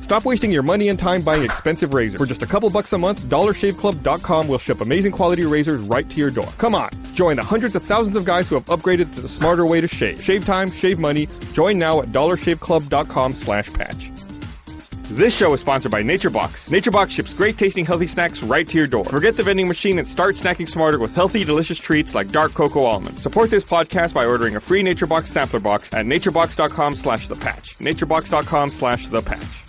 Stop wasting your money and time buying expensive razors. For just a couple bucks a month, DollarShaveClub.com will ship amazing quality razors right to your door. Come on, join the hundreds of thousands of guys who have upgraded to the smarter way to shave. Shave time, shave money. Join now at DollarShaveClub.com slash patch. This show is sponsored by NatureBox. NatureBox ships great tasting healthy snacks right to your door. Forget the vending machine and start snacking smarter with healthy, delicious treats like dark cocoa almonds. Support this podcast by ordering a free NatureBox sampler box at naturebox.com slash the patch. naturebox.com slash the patch.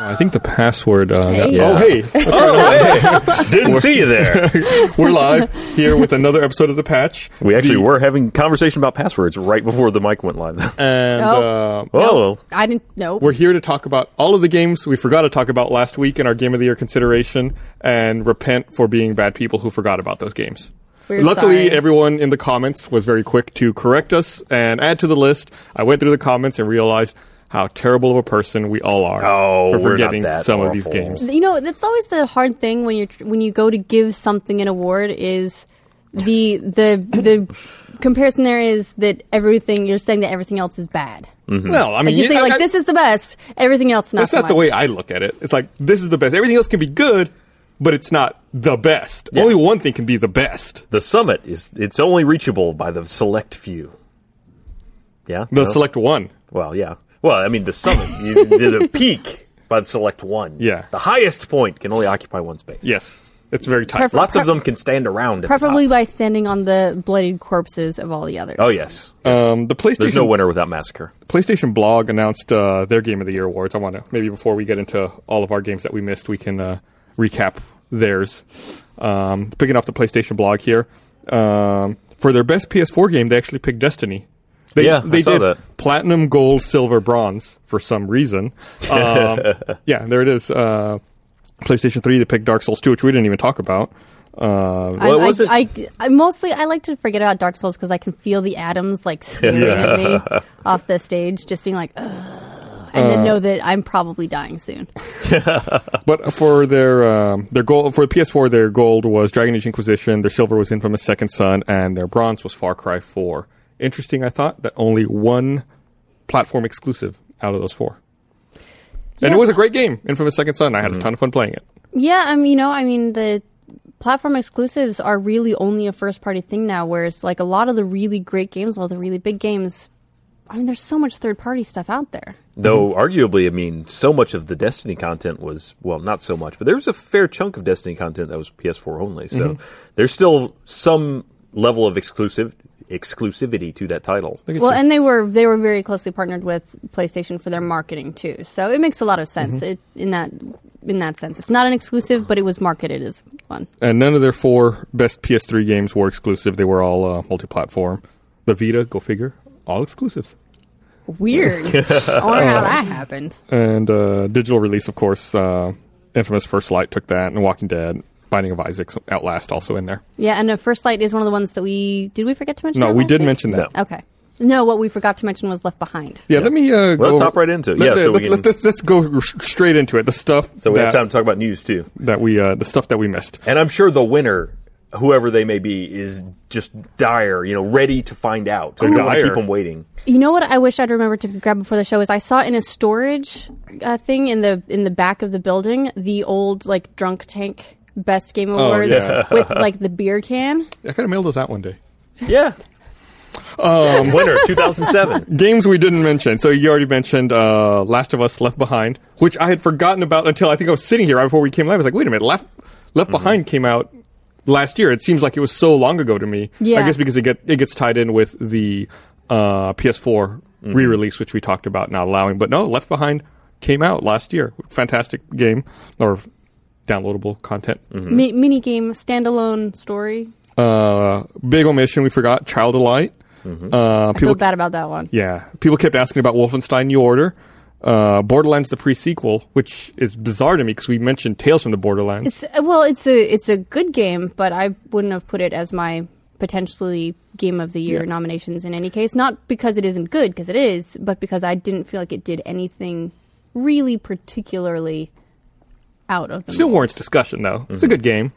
I think the password. Uh, Hey. Oh, hey! Didn't see you there. We're live here with another episode of The Patch. We actually The- were having conversation about passwords right before the mic went live. And uh, oh, I didn't know. we're here to talk about all of the games we forgot to talk about last week in our Game of the Year consideration and repent for being bad people who forgot about those games. We're Luckily, sorry. everyone in the comments was very quick to correct us and add to the list. I went through the comments and realized how terrible of a person we all are Oh, for we're not forgetting that some of these awful. games. you know that's always the hard thing when you're tr- when you go to give something an award is the the the comparison there is that everything you're saying that everything else is bad. No, I mean, Like you yeah, say, I- like I- this is the best. Everything else not. That's so not the much. way I look at it. It's like this is the best. Everything else can be good, but it's not the best. Only one thing can be the best. the summit is it's only reachable by the select few. Yeah. The No? select one. Well, yeah. Well, I mean, the summit, you, the, the peak by the select one. Yeah. The highest point can only occupy one space. Yes, it's very tight. Perfect. Lots of them can stand around. At Preferably The top. by standing on the bloodied corpses of all the others. Oh yes. Um, the PlayStation There's no winner without massacre. PlayStation blog announced uh, their Game of the Year awards. I want to maybe before we get into all of our games that we missed, we can uh, recap theirs. Um, picking off the PlayStation blog here um, for their best PS4 game, they actually picked Destiny. They, Yeah, I they saw did that. platinum, gold, silver, bronze for some reason. Um, yeah, there it is. Uh, PlayStation 3, they picked Dark Souls 2, which we didn't even talk about. Uh, I, Well, it wasn't- I, I, I mostly I like to forget about Dark Souls because I can feel the atoms like staring at me off the stage, just being like, Ugh, and then know that I'm probably dying soon. But for their um, their gold for the PS4, their gold was Dragon Age Inquisition. Their silver was Infamous Second Son, and their bronze was Far Cry Four. Interesting, I thought that only one platform exclusive out of those four, and Yeah. it was a great game, Infamous Second Son. I had a ton of fun playing it. Yeah, I mean, you know, I mean the platform exclusives are really only a first party thing now, whereas like a lot of the really great games, all the really big games. I mean, there's so much third party stuff out there. Though Mm-hmm. arguably, I mean, so much of the Destiny content was well, not so much, but there was a fair chunk of Destiny content that was PS4 only. So Mm-hmm. there's still some level of exclusive exclusivity to that title. Well, and they were they were very closely partnered with PlayStation for their marketing too, so it makes a lot of sense Mm-hmm. it, in that in that sense. It's not an exclusive, but it was marketed as one. And none of their four best PS3 games were exclusive; they were all uh, multi-platform. The Vita, go figure, all exclusives. Weird. I wonder Oh. how that happened. And uh, digital release, of course, uh, Infamous First Light took that, and Walking Dead, Binding of Isaac, Outlast also in there. Yeah, and the first light is one of the ones that we did. We forget to mention. No, that we last did week? mention that. No. Okay. No, what we forgot to mention was left behind. Yeah, let me. Uh, Well, go, let's hop right into it. Let, Yeah, so let, we can- let, us let's go r- straight into it. The stuff. So we that, have time to talk about news too. that we uh, the stuff that we missed. And I'm sure the winner, whoever they may be, is just dire. You know, ready to find out. So we don't want to dire. keep them waiting. You know what I wish I'd remembered to grab before the show is I saw in a storage uh, thing in the in the back of the building the old like drunk tank best game awards Oh, yeah. with like the beer can. I gotta mail those out one day. Yeah. Um, winner 2007. Games we didn't mention. So you already mentioned uh, Last of Us Left Behind, which I had forgotten about until I think I was sitting here right before we came live. I was like, wait a minute, Left Left Behind came out last year. It seems like it was so long ago to me. Yeah. I guess because it get it gets tied in with the uh, PS4 re-release, which we talked about not allowing. But no, Left Behind came out last year. Fantastic game or downloadable content. Mi- mini game standalone story. Uh, big omission we forgot. Child of Light. Uh, I feel people bad about that one. yeah, people kept asking about Wolfenstein New Order, uh, Borderlands the prequel, which is bizarre to me because we mentioned Tales from the Borderlands. It's, well, it's a it's a good game, but I wouldn't have put it as my potentially game of the year nominations in any case. Not because it isn't good, because it is, but because I didn't feel like it did anything really particularly out of the. Mm-hmm. Still warrants discussion though. It's a good game.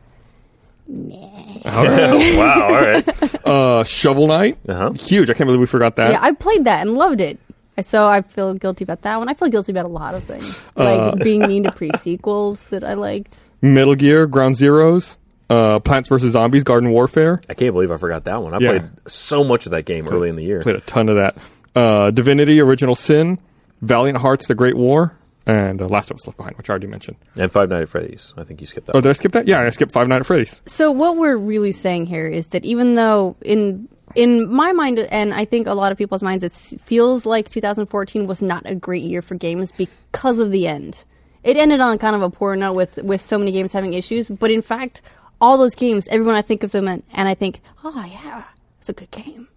wow. All right. Uh, Shovel Knight, Uh-huh. huge. I can't believe we forgot that. Yeah, I played that and loved it. So I feel guilty about that one. I feel guilty about a lot of things, like being mean to pre-sequels that I liked. Metal Gear, Ground Zeroes, uh, Plants vs Zombies, Garden Warfare. I can't believe I forgot that one. I Yeah. played so much of that game early in the year. Played a ton of that. Uh, Divinity, Original Sin, Valiant Hearts, The Great War, and uh, Last of Us Left Behind, which I already mentioned. And Five Nights at Freddy's. I think you skipped that. Oh, one. did I skip that? Yeah, I skipped Five Nights at Freddy's. So what we're really saying here is that even though in in my mind and I think a lot of people's minds it s- feels like 2014 was not a great year for games because of the end. It ended on kind of a poor note with with so many games having issues, but in fact all those games everyone I think of them and, and I think, "Oh yeah, it's a good game."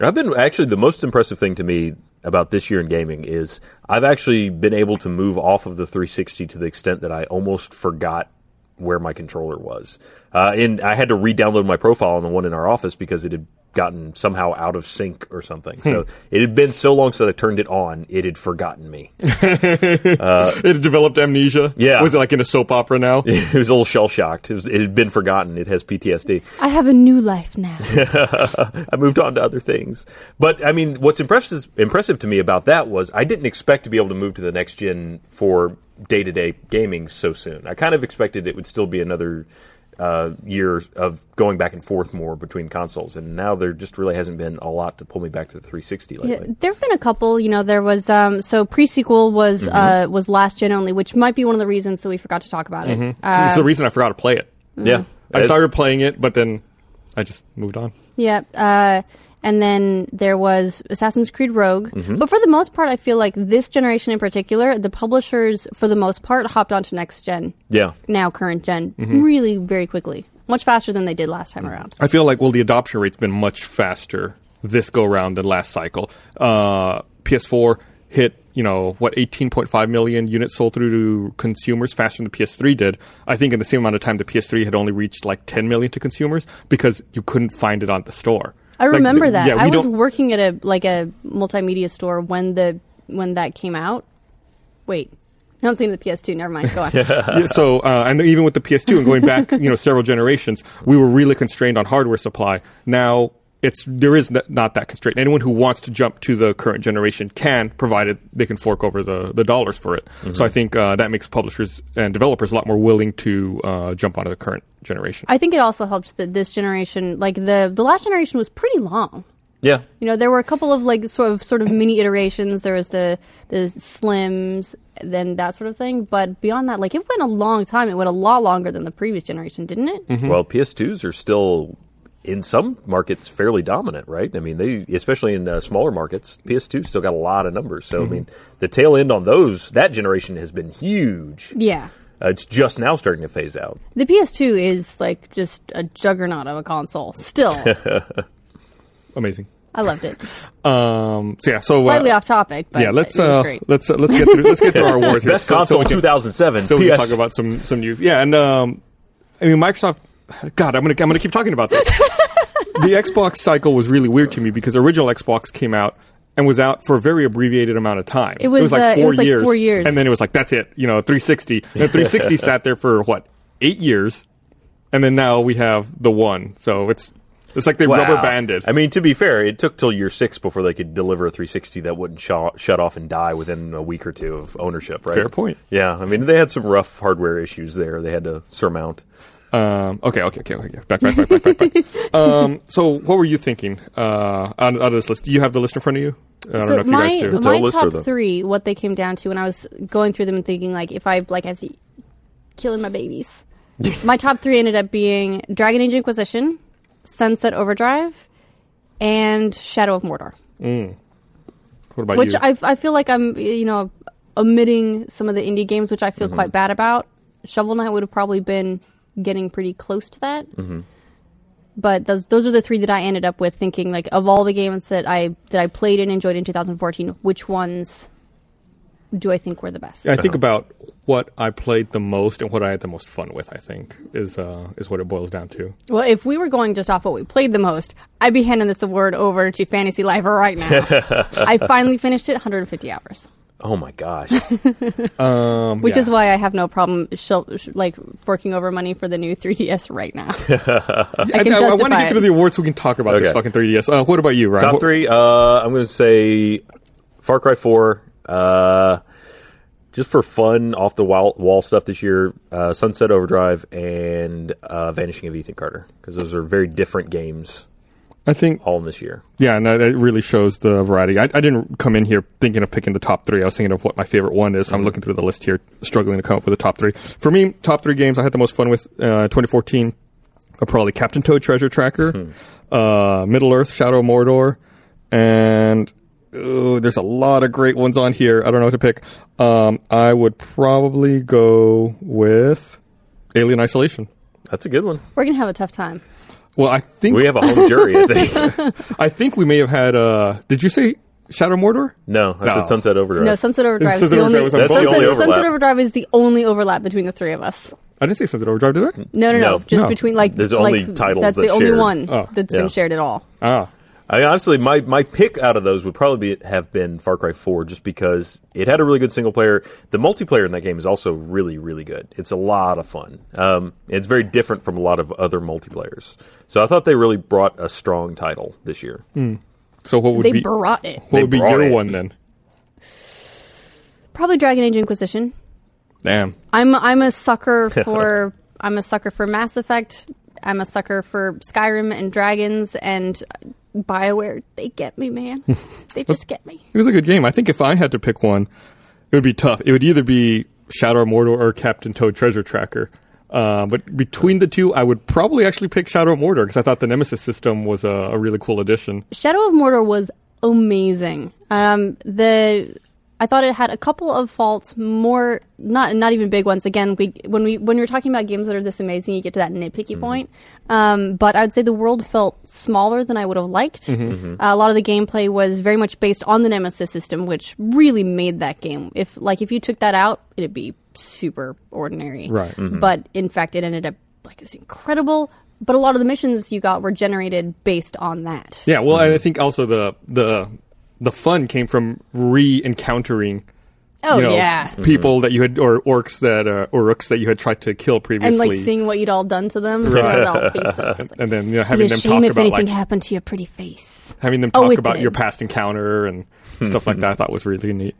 I've been actually the most impressive thing to me about this year in gaming is I've actually been able to move off of the 360 to the extent that I almost forgot where my controller was. Uh, and I had to re-download my profile on the one in our office because it had gotten somehow out of sync or something. So it had been so long since I turned it on, it had forgotten me. It developed amnesia. Yeah. Was it like in a soap opera now? it was a little shell shocked. It, was- it had been forgotten. It has PTSD. I have a new life now. I moved on to other things. But I mean, what's impressive impressive to me about that was I didn't expect to be able to move to the next gen for day to day gaming so soon. I kind of expected it would still be another uh, year of going back and forth more between consoles, and now there just really hasn't been a lot to pull me back to the 360 Yeah, lately. there have been a couple. You know, there was um, so pre-sequel was uh, was last gen only, which might be one of the reasons that we forgot to talk about it. Uh, it's the reason I forgot to play it. Yeah, I started playing it, but then I just moved on. Yeah. Uh, and then there was Assassin's Creed Rogue. Mm-hmm. But for the most part, I feel like this generation in particular, the publishers, for the most part, hopped onto next gen, Yeah, now current general Mm-hmm. really very quickly, much faster than they did last time around. I feel like well, the adoption rate's been much faster this go round than last cycle. Uh, PS4 hit you know what 18.5 million units sold through to consumers faster than the PS3 did. I think in the same amount of time, the PS3 had only reached like 10 million to consumers because you couldn't find it on the store. I Like, remember th- that. Yeah, I we was don't- working at a like a multimedia store when the when that came out. Wait, no, I'm thinking of the PS2. Never mind. Go on. yeah, so uh, and even with the PS2 and going back, you know, several generations, we were really constrained on hardware supply. Now it's there is n- not that constraint. Anyone who wants to jump to the current generation can, provided they can fork over the, the dollars for it. Mm-hmm. So I think uh, that makes publishers and developers a lot more willing to uh, jump onto the current generation. I think it also helped that this generation, like the the last generation, was pretty long. yeah. You know, there were a couple of like sort of sort of mini iterations. There was the the slims, then that sort of thing. But beyond that, like it went a long time. It went a lot longer than the previous generation, didn't it? Hmm. Mm-hmm. Well, PS2s are still in some markets fairly dominant, right? I mean, they especially in uh, smaller markets, PS2 still got a lot of numbers. Mm-hmm. So I mean, the tail end on those that generation has been huge. Yeah. Uh, it's just now starting to phase out. The PS2 is like just a juggernaut of a console. Still, Amazing. I loved it. Um, so yeah, so uh, Slightly off topic, but yeah, let's it was uh, great. let's uh, let's get through, let's get through our wars here. Best So- so console we can- 2007. so we can PS. talk about some some news. Yeah, and um, I mean Microsoft. God, I'm gonna I'm gonna keep talking about this. the Xbox cycle was really weird to me because the original Xbox came out and was out for a very abbreviated amount of time. It was, uh, like it four was like years, four years. and then it was like that's it. You know, 360. And 360 sat there for what eight years, and then now we have the one. So it's it's like they Wow. rubber banded. I mean, to be fair, it took till year six before they could deliver a 360 that wouldn't sh- shut off and die within a week or two of ownership, right? Fair point. Yeah, I mean, they had some rough hardware issues there they had to surmount. Um, okay, okay, okay, okay. Back, back, back, back, back, back. Um, so, what were you thinking uh, out, out of this list? Do you have the list in front of you? I don't know so if you my guys do. total my list or top the- three, what they came down to, when I was going through them and thinking like, if I like, I'm killing my babies. my top three ended up being Dragon Age Inquisition, Sunset Overdrive, and Shadow of Mordor, What about which you? I, I feel like I'm you know omitting some of the indie games, which I feel quite bad about. Shovel Knight would have probably been getting pretty close to that. But those those are the three that I ended up with thinking like of all the games that I that I played and enjoyed in 2014, which ones do I think were the best? I think about what I played the most and what I had the most fun with. I think is uh, is what it boils down to. Well, if we were going just off what we played the most, I'd be handing this award over to Fantasy Lifer right now. I finally finished it, 150 hours. Oh my gosh. Um, Which yeah. is why I have no problem shel- sh- like forking over money for the new 3DS right now. I can I, want to justify get it. through the awards so we can talk about this Okay. fucking 3DS. Uh, what about you, Ryan? Top What- three. Uh, I'm going to say Far Cry Four. Uh, just for fun, off the wall, wall stuff this year, uh, Sunset Overdrive and uh, Vanishing of Ethan Carter, because those are very different games I think, all in this year. yeah, no, that really shows the variety. I, I didn't come in here thinking of picking the top three. I was thinking of what my favorite one is. Mm-hmm. I'm looking through the list here, struggling to come up with the top three. For me, top three games I had the most fun with uh, 2014 are probably Captain Toad Treasure Tracker, Hmm. uh, Middle Earth Shadow of Mordor, and ooh, there's a lot of great ones on here. I don't know what to pick. Um, I would probably go with Alien Isolation. That's a good one. We're gonna have a tough time. Well, I think We have a home jury, I think. I think we may have had. Uh, did you say Shadow Mordor? No, I No. said Sunset Overdrive. No, Sunset Overdrive is Sunset the only. Overdrive was on That's the Sunset, only overlap. Sunset Overdrive is the only overlap between the three of us. I didn't say Sunset Overdrive, did Mm. I? No, no, no. No. Just No. between like There's like, only titles That's the that's only shared. one Oh. that's Yeah. been shared at all. Ah, I mean, honestly, my, my pick out of those would probably be, have been Far Cry 4 just because it had a really good single player. The multiplayer in that game is also really, really good. It's a lot of fun. Um, it's very different from a lot of other multiplayers. So I thought they really brought a strong title this year. Hmm. so what would They be brought it. what would be They brought your it. one then? Probably Dragon Age Inquisition. Damn. I'm I'm a sucker for I'm a sucker for Mass Effect. I'm a sucker for Skyrim and dragons and Bioware. They get me, man. They just get me. It was a good game. I think if I had to pick one, it would be tough. It would either be Shadow of Mordor or Captain Toad Treasure Tracker. Uh, but between the two, I would probably actually pick Shadow of Mordor because I thought the Nemesis system was a, a really cool addition. Shadow of Mordor was amazing. Um, the I thought it had a couple of faults, more not not even big ones. Again, we when we when we are talking about games that are this amazing, you get to that nitpicky point. Um, but I'd say the world felt smaller than I would have liked. Uh, a lot of the gameplay was very much based on the Nemesis system, which really made that game. If like if you took that out, it'd be super ordinary. Right. But in fact, it ended up like it's incredible. But a lot of the missions you got were generated based on that. Yeah, well, Mm-hmm. and I think also the the the fun came from re-encountering. Oh, you know, yeah. people that you had or orcs that uh, or rooks that you had tried to kill previously, and like seeing what you'd all done to them, to their adult faces. It's like, and then you know be having a them shame talk if about anything like happened to your pretty face. having them Oh, talk it about did. your past encounter and Hmm, stuff like that. I thought was really neat.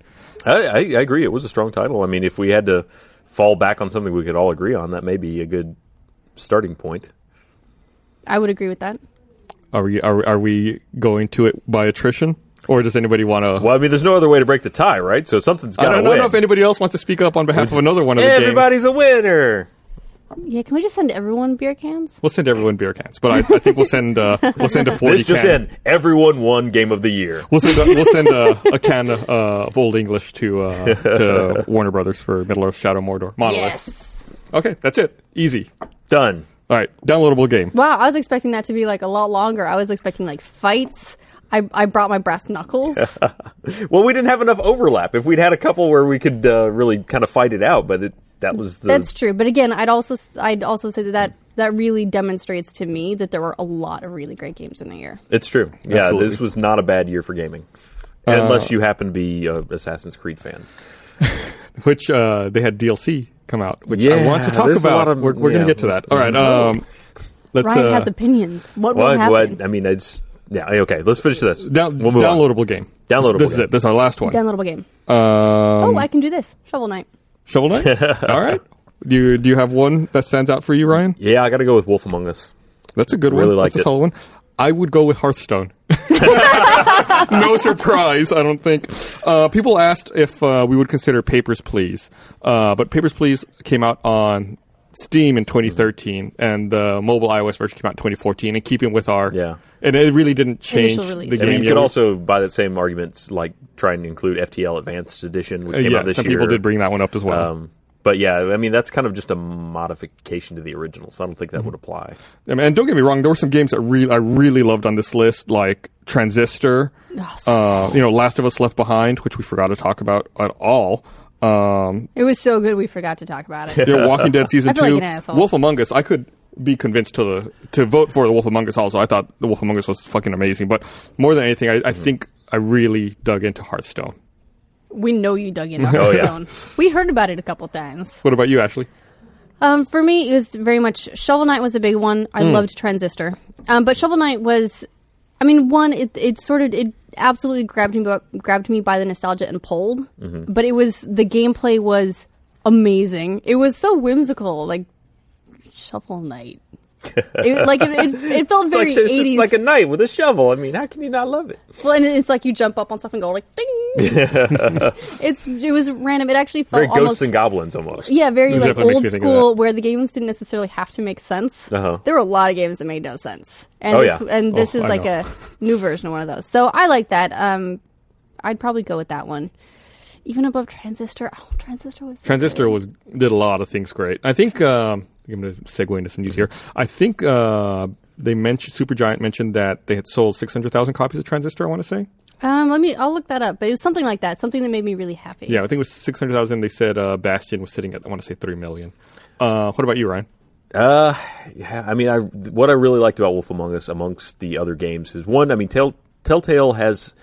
I, I, I agree. It was a strong title. I mean, if we had to fall back on something we could all agree on, that may be a good starting point. I would agree with that. Are we are, are we going to it by attrition, or does anybody want to? Well, I mean, there's no other way to break the tie, right? So something's I got to don't, win. I don't know if anybody else wants to speak up on behalf of another one of the games. Everybody's a winner. Yeah, can we just send everyone beer cans? We'll send everyone beer cans, but I, I think we'll send uh, we'll send a forty This just can. in. Everyone won Game of the Year. We'll send a, we'll send a, a can uh, of Old English to uh, to Warner Brothers for Middle Earth Shadow Mordor Monolith. Yes. Okay, that's it. Easy. Done. All right, downloadable game. Wow, I was expecting that to be like a lot longer. I was expecting like fights. I, I brought my brass knuckles. Well, we didn't have enough overlap. If we'd had a couple where we could uh, really kind of fight it out, but it, that was the That's true. But again, I'd also I'd also say that, that that really demonstrates to me that there were a lot of really great games in the year. it's true. Yeah, Absolutely. Uh, this was not a bad year for gaming, unless you happen to be an Assassin's Creed fan. which uh, they had DLC come out, which I Yeah, want to talk there's a about. lot of- we're we're going to yeah. get to that. All right. Um, let's Ryan uh, has opinions. What will Well, I- well, happen? I mean, it's yeah. Okay, let's finish this. down, We'll move on. downloadable game. Downloadable This, this is game. it. This is our last one. Downloadable game. um, oh, I can do this. Shovel Knight. Shovel Knight. All right. Do you do you have one that stands out for you, Ryan? Yeah, I got to go with Wolf Among Us. That's a good Really one. liked That's a it. solid one. I would go with Hearthstone. no surprise, I don't think. Uh, people asked if uh, we would consider Papers, Please. Uh, but Papers, Please came out on Steam in 2013, and the mobile iOS version came out in 2014, in keeping with our. Yeah. And it really didn't change Initial release. the I game. mean, you Yeah, could we- also, by that same argument, like try and include FTL Advanced Edition, which uh, came yeah, out this some year. people did bring that one up as well. Um, but yeah, I mean that's kind of just a modification to the original, so I don't think Mm-hmm. that would apply. I mean, and don't get me wrong, there were some games that re- I really loved on this list, like Transistor, uh, you know, Last of Us Left Behind, which we forgot to talk about at all. Um, It was so good we forgot to talk about it. you know, Walking Dead season I feel like two, an asshole. Wolf Among Us. I could be convinced to to vote for the Wolf Among Us. Also, I thought the Wolf Among Us was fucking amazing. But more than anything, I, I think I really dug into Hearthstone. we know you dug in on Oh, this yeah. stone. We heard about it a couple times. What about you, Ashley? Um, for me, it was very much Shovel Knight was a big one. Hmm. I loved Transistor, um, but Shovel Knight was, I mean, one it it sort of it absolutely grabbed me by- grabbed me by the nostalgia and pulled. Mm-hmm. But it was the gameplay was amazing. It was so whimsical, like Shovel Knight. it, like it, it, it felt It's like, very it's just 80s. like a knight with a shovel. I mean, how can you not love it? well, and it's like you jump up on stuff and go like ding. it's it was random. It actually felt Very ghosts almost and goblins almost. Yeah, very It like definitely makes old me think of school, that. where the games didn't necessarily have to make sense. Uh-huh. There were a lot of games that made no sense, and Oh, this, yeah. and this Oh, is I like know. a new version of one of those. So I like that. Um, I'd probably go with that one, even above Transistor. Oh, Transistor was so Transistor good. was did a lot of things great. I think um, I'm going to segue into some news here. I think uh, they mentioned Supergiant mentioned that they had sold 600,000 copies of Transistor. I want to say, Um, let me. I'll look that up. But it was something like that. Something that made me really happy. yeah, I think it was 600,000. They said uh, Bastion was sitting at I want to say 3 million. Uh, what about you, Ryan? Uh, yeah. I mean, I what I really liked about Wolf Among Us, amongst the other games, is one. I mean, Tell, Telltale has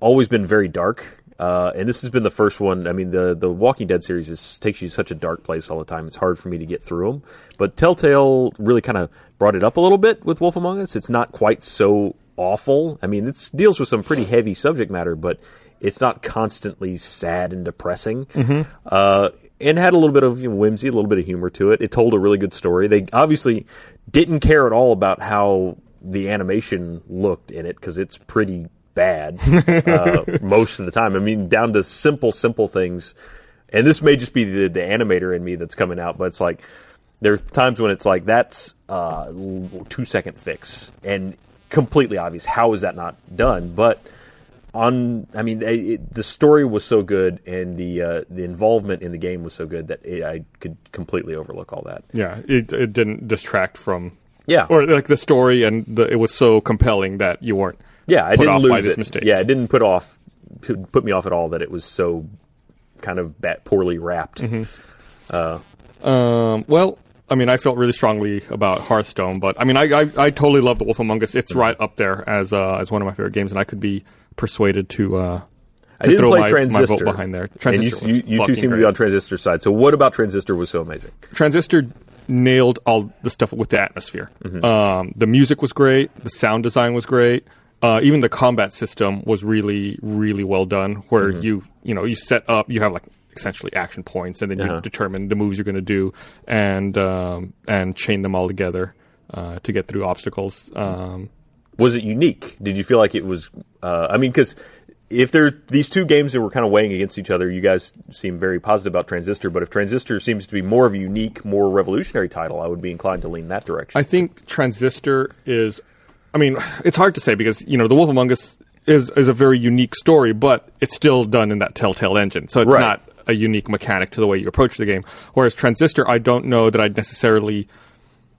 always been very dark, uh, and this has been the first one. I mean, the the Walking Dead series is, takes you to such a dark place all the time. It's hard for me to get through them, but Telltale really kind of brought it up a little bit with Wolf Among Us. It's not quite so awful. I mean, it deals with some pretty heavy subject matter, but it's not constantly sad and depressing. Uh, and had a little bit of you know, whimsy, a little bit of humor to it. It told a really good story. They obviously didn't care at all about how the animation looked in it because it's pretty bad uh, most of the time. I mean, down to simple, simple things. And this may just be the, the animator in me that's coming out, but it's like there's times when it's like that's uh, l- two second fix and completely obvious. How is that not done? But on I mean it, it, the story was so good and the uh, the involvement in the game was so good that it, I could completely overlook all that. Yeah, it, it didn't distract from Yeah. or like the story and the, it was so compelling that you weren't Yeah, I put didn't off lose by this it. mistake. Yeah, it didn't put off put me off at all that it was so kind of bat- poorly wrapped. Mm-hmm. Um, well, I mean, I felt really strongly about Hearthstone, but I mean, I, I, I totally love The Wolf Among Us. It's right up there as uh, as one of my favorite games, and I could be persuaded to uh, to I didn't throw play my, my vote Transistor behind there. And you- Transistor you, was you, two fucking seem to be great. on Transistor's side. So what about Transistor was so amazing? Transistor nailed all the stuff with the atmosphere. Um, the music was great. The sound design was great. Uh, even the combat system was really, really well done. Where you, you know, you set up, you have like essentially action points, and then you determine the moves you're going to do, and um, and chain them all together uh, to get through obstacles. Um, was it unique? Did you feel like it was? Uh, I mean, because if there these two games that were kind of weighing against each other, you guys seem very positive about Transistor. But if Transistor seems to be more of a unique, more revolutionary title, I would be inclined to lean that direction. I think Transistor is. I mean, it's hard to say because you know The Wolf Among Us is is a very unique story, but it's still done in that Telltale engine, so it's Right. not a unique mechanic to the way you approach the game. Whereas Transistor, I don't know that I'd necessarily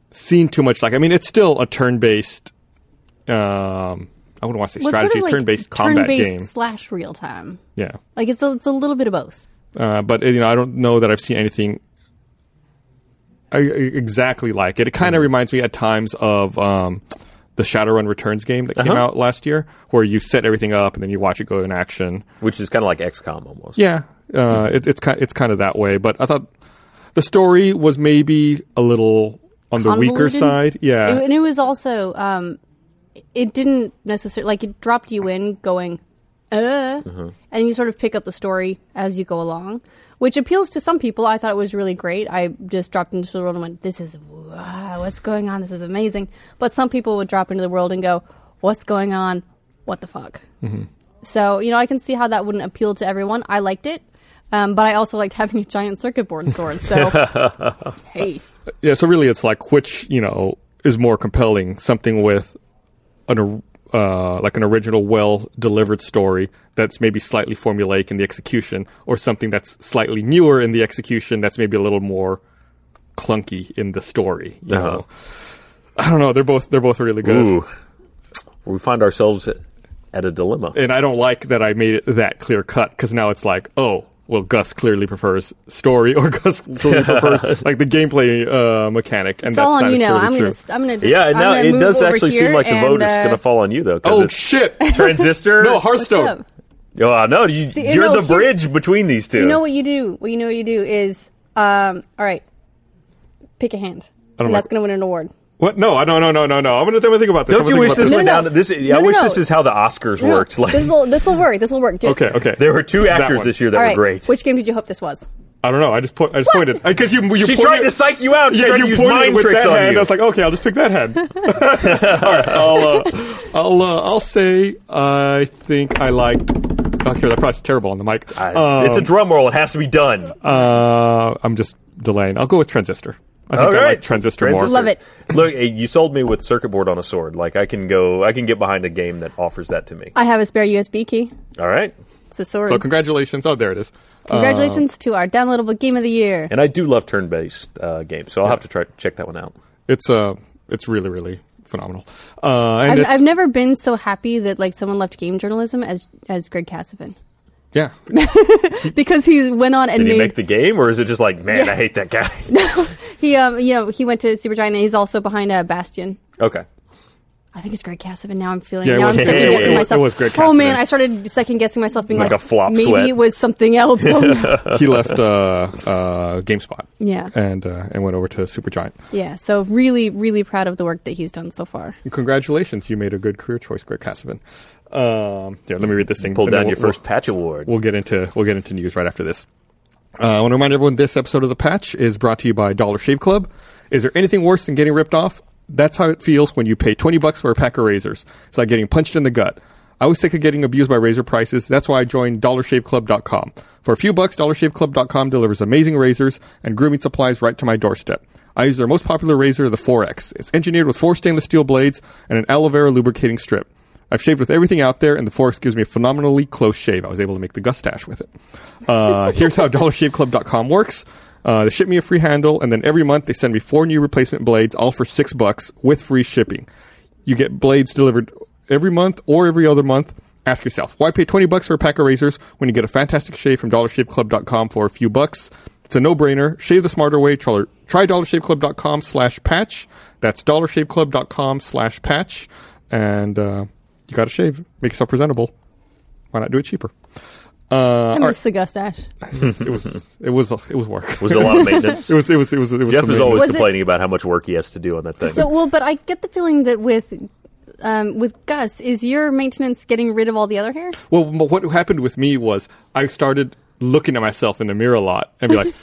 seen too much. Like, I mean, it's still a turn based. Um, I wouldn't want to say Well, it's strategy, sort of like turn based combat turn-based game. slash real time. Yeah, Like it's a, it's a little bit of both. uh, but you know, I don't know that I've seen anything I- I- exactly like it. It Mm-hmm. kind of reminds me at times of um, the Shadowrun Returns game that Uh-huh. came out last year, where you set everything up and then you watch it go in action. which is kind of like XCOM almost. Yeah, uh, Mm-hmm. it, it's kind it's kind of that way. But I thought the story was maybe a little on the weaker Convoluted. side. Yeah, It- and it was also um, it didn't necessarily like it dropped you in going, uh, Uh-huh. and you sort of pick up the story as you go along, which appeals to some people. I thought it was really great. I just dropped into the world and went, "This is wow, what's going on? This is amazing." But some people would drop into the world and go, "What's going on? What the fuck?" Mm-hmm. So you know, I can see how that wouldn't appeal to everyone. I liked it. Um, but I also liked having a giant circuit board sword. So, hey, yeah. So really, it's like which you know is more compelling: something with an or- uh, like an original, well delivered story that's maybe slightly formulaic in the execution, or something that's slightly newer in the execution that's maybe a little more clunky in the story. You Uh-huh. know? I don't know. They're both they're both really good, Ooh, we find ourselves at a dilemma. and I don't like that I made it that clear cut because now it's like oh. Well, Gus clearly prefers story, or Gus clearly prefers like the gameplay uh, mechanic, and It's that's all on not you now. necessarily I'm true. gonna, I'm gonna, just, yeah, I'm and now gonna it move does over actually here seem like the and, vote is uh, going to fall on you though. 'cause Oh it's shit! Transistor. no, Hearthstone. up? Oh, no, you, See, you're no, the he's- bridge between these two. You know what you do? What you know what you do is, um, all right, pick a hand, don't and like- that's going to win an award. What? No, I- no, no, no, no, no. I'm gonna, I'm gonna think about this. I'm Don't gonna you think wish about this No, went no, down no. to this? No, I no, wish no. this is how the Oscars No, worked. Like this will this will work. This will work. Do it. Okay, okay. there were two That actors one. this year that All were right. great. Which game did you hope this was? I don't know. I just put. I just pointed because you. you she pointed- tried to psych you out. She yeah, tried you to use pointed mind with tricks that on hand. you. I was like, okay, I'll just pick that hand. All right, I'll, uh, I'll, uh, I'll say I think I liked. Oh, here, that probably terrible on the mic. Uh, it's a Um, drum roll. It has to be done. Uh, I'm just delaying. I'll go with transistor. I think I like transistor, more. Love it. Look, eh, you sold me with circuit board on a sword. Like I can go, I can get behind a game that offers that to me. I have a spare USB key. All right, It's a sword. So congratulations. Oh, there it is. Congratulations to our downloadable game of the year. uh, and I do love turn-based uh, games, so I'll have to try check that one out. It's uh, it's really, really phenomenal. Uh, and I've, it's, I've never been so happy that like someone left game journalism as as Greg Casavin yeah. because he went on and Did made he make the game, or is it just like, man, I hate that guy? he um you know he went to Supergiant and he's also behind uh, Bastion. okay, I think it's Greg Cassavan. Now I'm feeling. Yeah, it now was- I'm it second was- guessing it was- myself. it was Greg Oh Cassavan. man, I started second guessing myself, being Like like, a flop Maybe sweat. it was something else. he left uh, uh, GameSpot. Yeah. And uh, and went over to Supergiant. yeah. So really, really proud of the work that he's done so far. Congratulations, you made a good career choice, Greg Cassavan. Um, yeah, let me read this thing. pull and then down your we'll- 1st patch award. We'll, we'll get into we'll get into news right after this. Uh, I want to remind everyone this episode of the Patch is brought to you by Dollar Shave Club. Is there anything worse than getting ripped off? That's how it feels when you pay twenty bucks for a pack of razors. It's like getting punched in the gut. I was sick of getting abused by razor prices. That's why I joined DollarShaveClub.com. For a few bucks, DollarShaveClub.com delivers amazing razors and grooming supplies right to my doorstep. I use their most popular razor, the 4X. It's engineered with four stainless steel blades and an aloe vera lubricating strip. I've shaved with everything out there, and the Forex gives me a phenomenally close shave. I was able to make the gustache with it. Uh, here's how DollarShaveClub.com works. Uh, they ship me a free handle, and then every month they send me four new replacement blades, all for six bucks with free shipping. You get blades delivered every month or every other month. Ask yourself, why pay 20 bucks for a pack of razors when you get a fantastic shave from DollarShaveClub.com for a few bucks? It's a no-brainer. Shave the smarter way. Try, try DollarShaveClub.com slash patch. That's DollarShaveClub.com slash patch. And uh, you got to shave. Make yourself presentable. Why not do it cheaper? Uh, I all right. miss the Gustache. it was it was it was work. was a lot of maintenance. It was it was it was it was. Jeff is amazing. always Was it- complaining about how much work he has to do on that thing. So well, but I get the feeling that with um, with Gus, is your maintenance getting rid of all the other hair? Well, m- what happened with me was I started looking at myself in the mirror a lot and be like,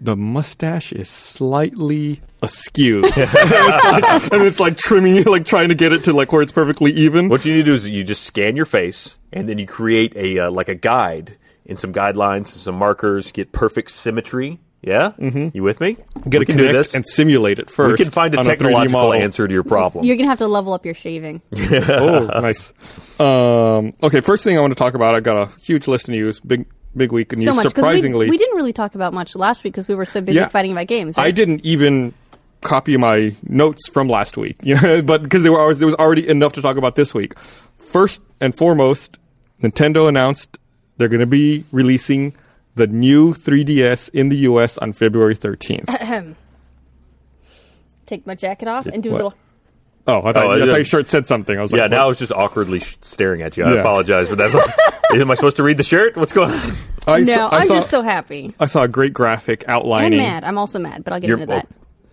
the mustache is slightly askew, and, it's like, and it's like trimming, it, like trying to get it to like where it's perfectly even. What you need to do is you just scan your face, and then you create a uh, like a guide and some guidelines, some markers, get perfect symmetry. Yeah, mm-hmm. you with me? Get we a can do connect this. and simulate it we first. can find a on 3D technological model. answer to your problem. You're gonna have to level up your shaving. oh, nice. Um, okay, first thing I want to talk about. I've got a huge list of news. Big big week of news. so much because we, surprisingly, we didn't really talk about much last week because we were so busy Yeah. fighting about games. I right? didn't even copy my notes from last week, you know, but because there was there was already enough to talk about this week. First and foremost, Nintendo announced they're going to be releasing the new 3DS in the US on February Oh, 13th. take my jacket off and do what? a little. oh, I thought, Oh, I yeah. thought your shirt said something. I was like, yeah, now what? it's just awkwardly sh- staring at you. I Yeah. apologize, but that's. am I supposed to read the shirt? What's going on? I no, saw, I I'm saw, just so happy. I saw a great graphic I'm outlining. mad. I'm also mad, but I'll get You're- into that.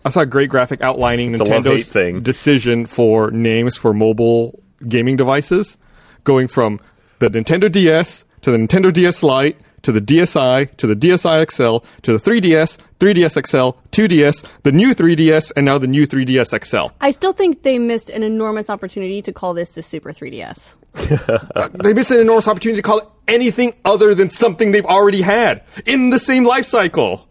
I saw a great graphic outlining a love-hate Nintendo's thing. decision for names for mobile gaming devices, going from the Nintendo DS to the Nintendo DS Lite to the DSi to the DSi XL to the 3DS, 3DS XL, 2DS, the new 3DS, and now the new 3DS XL. I still think they missed an enormous opportunity to call this the Super 3DS. They missed an enormous opportunity to call it anything other than something they've already had in the same life cycle.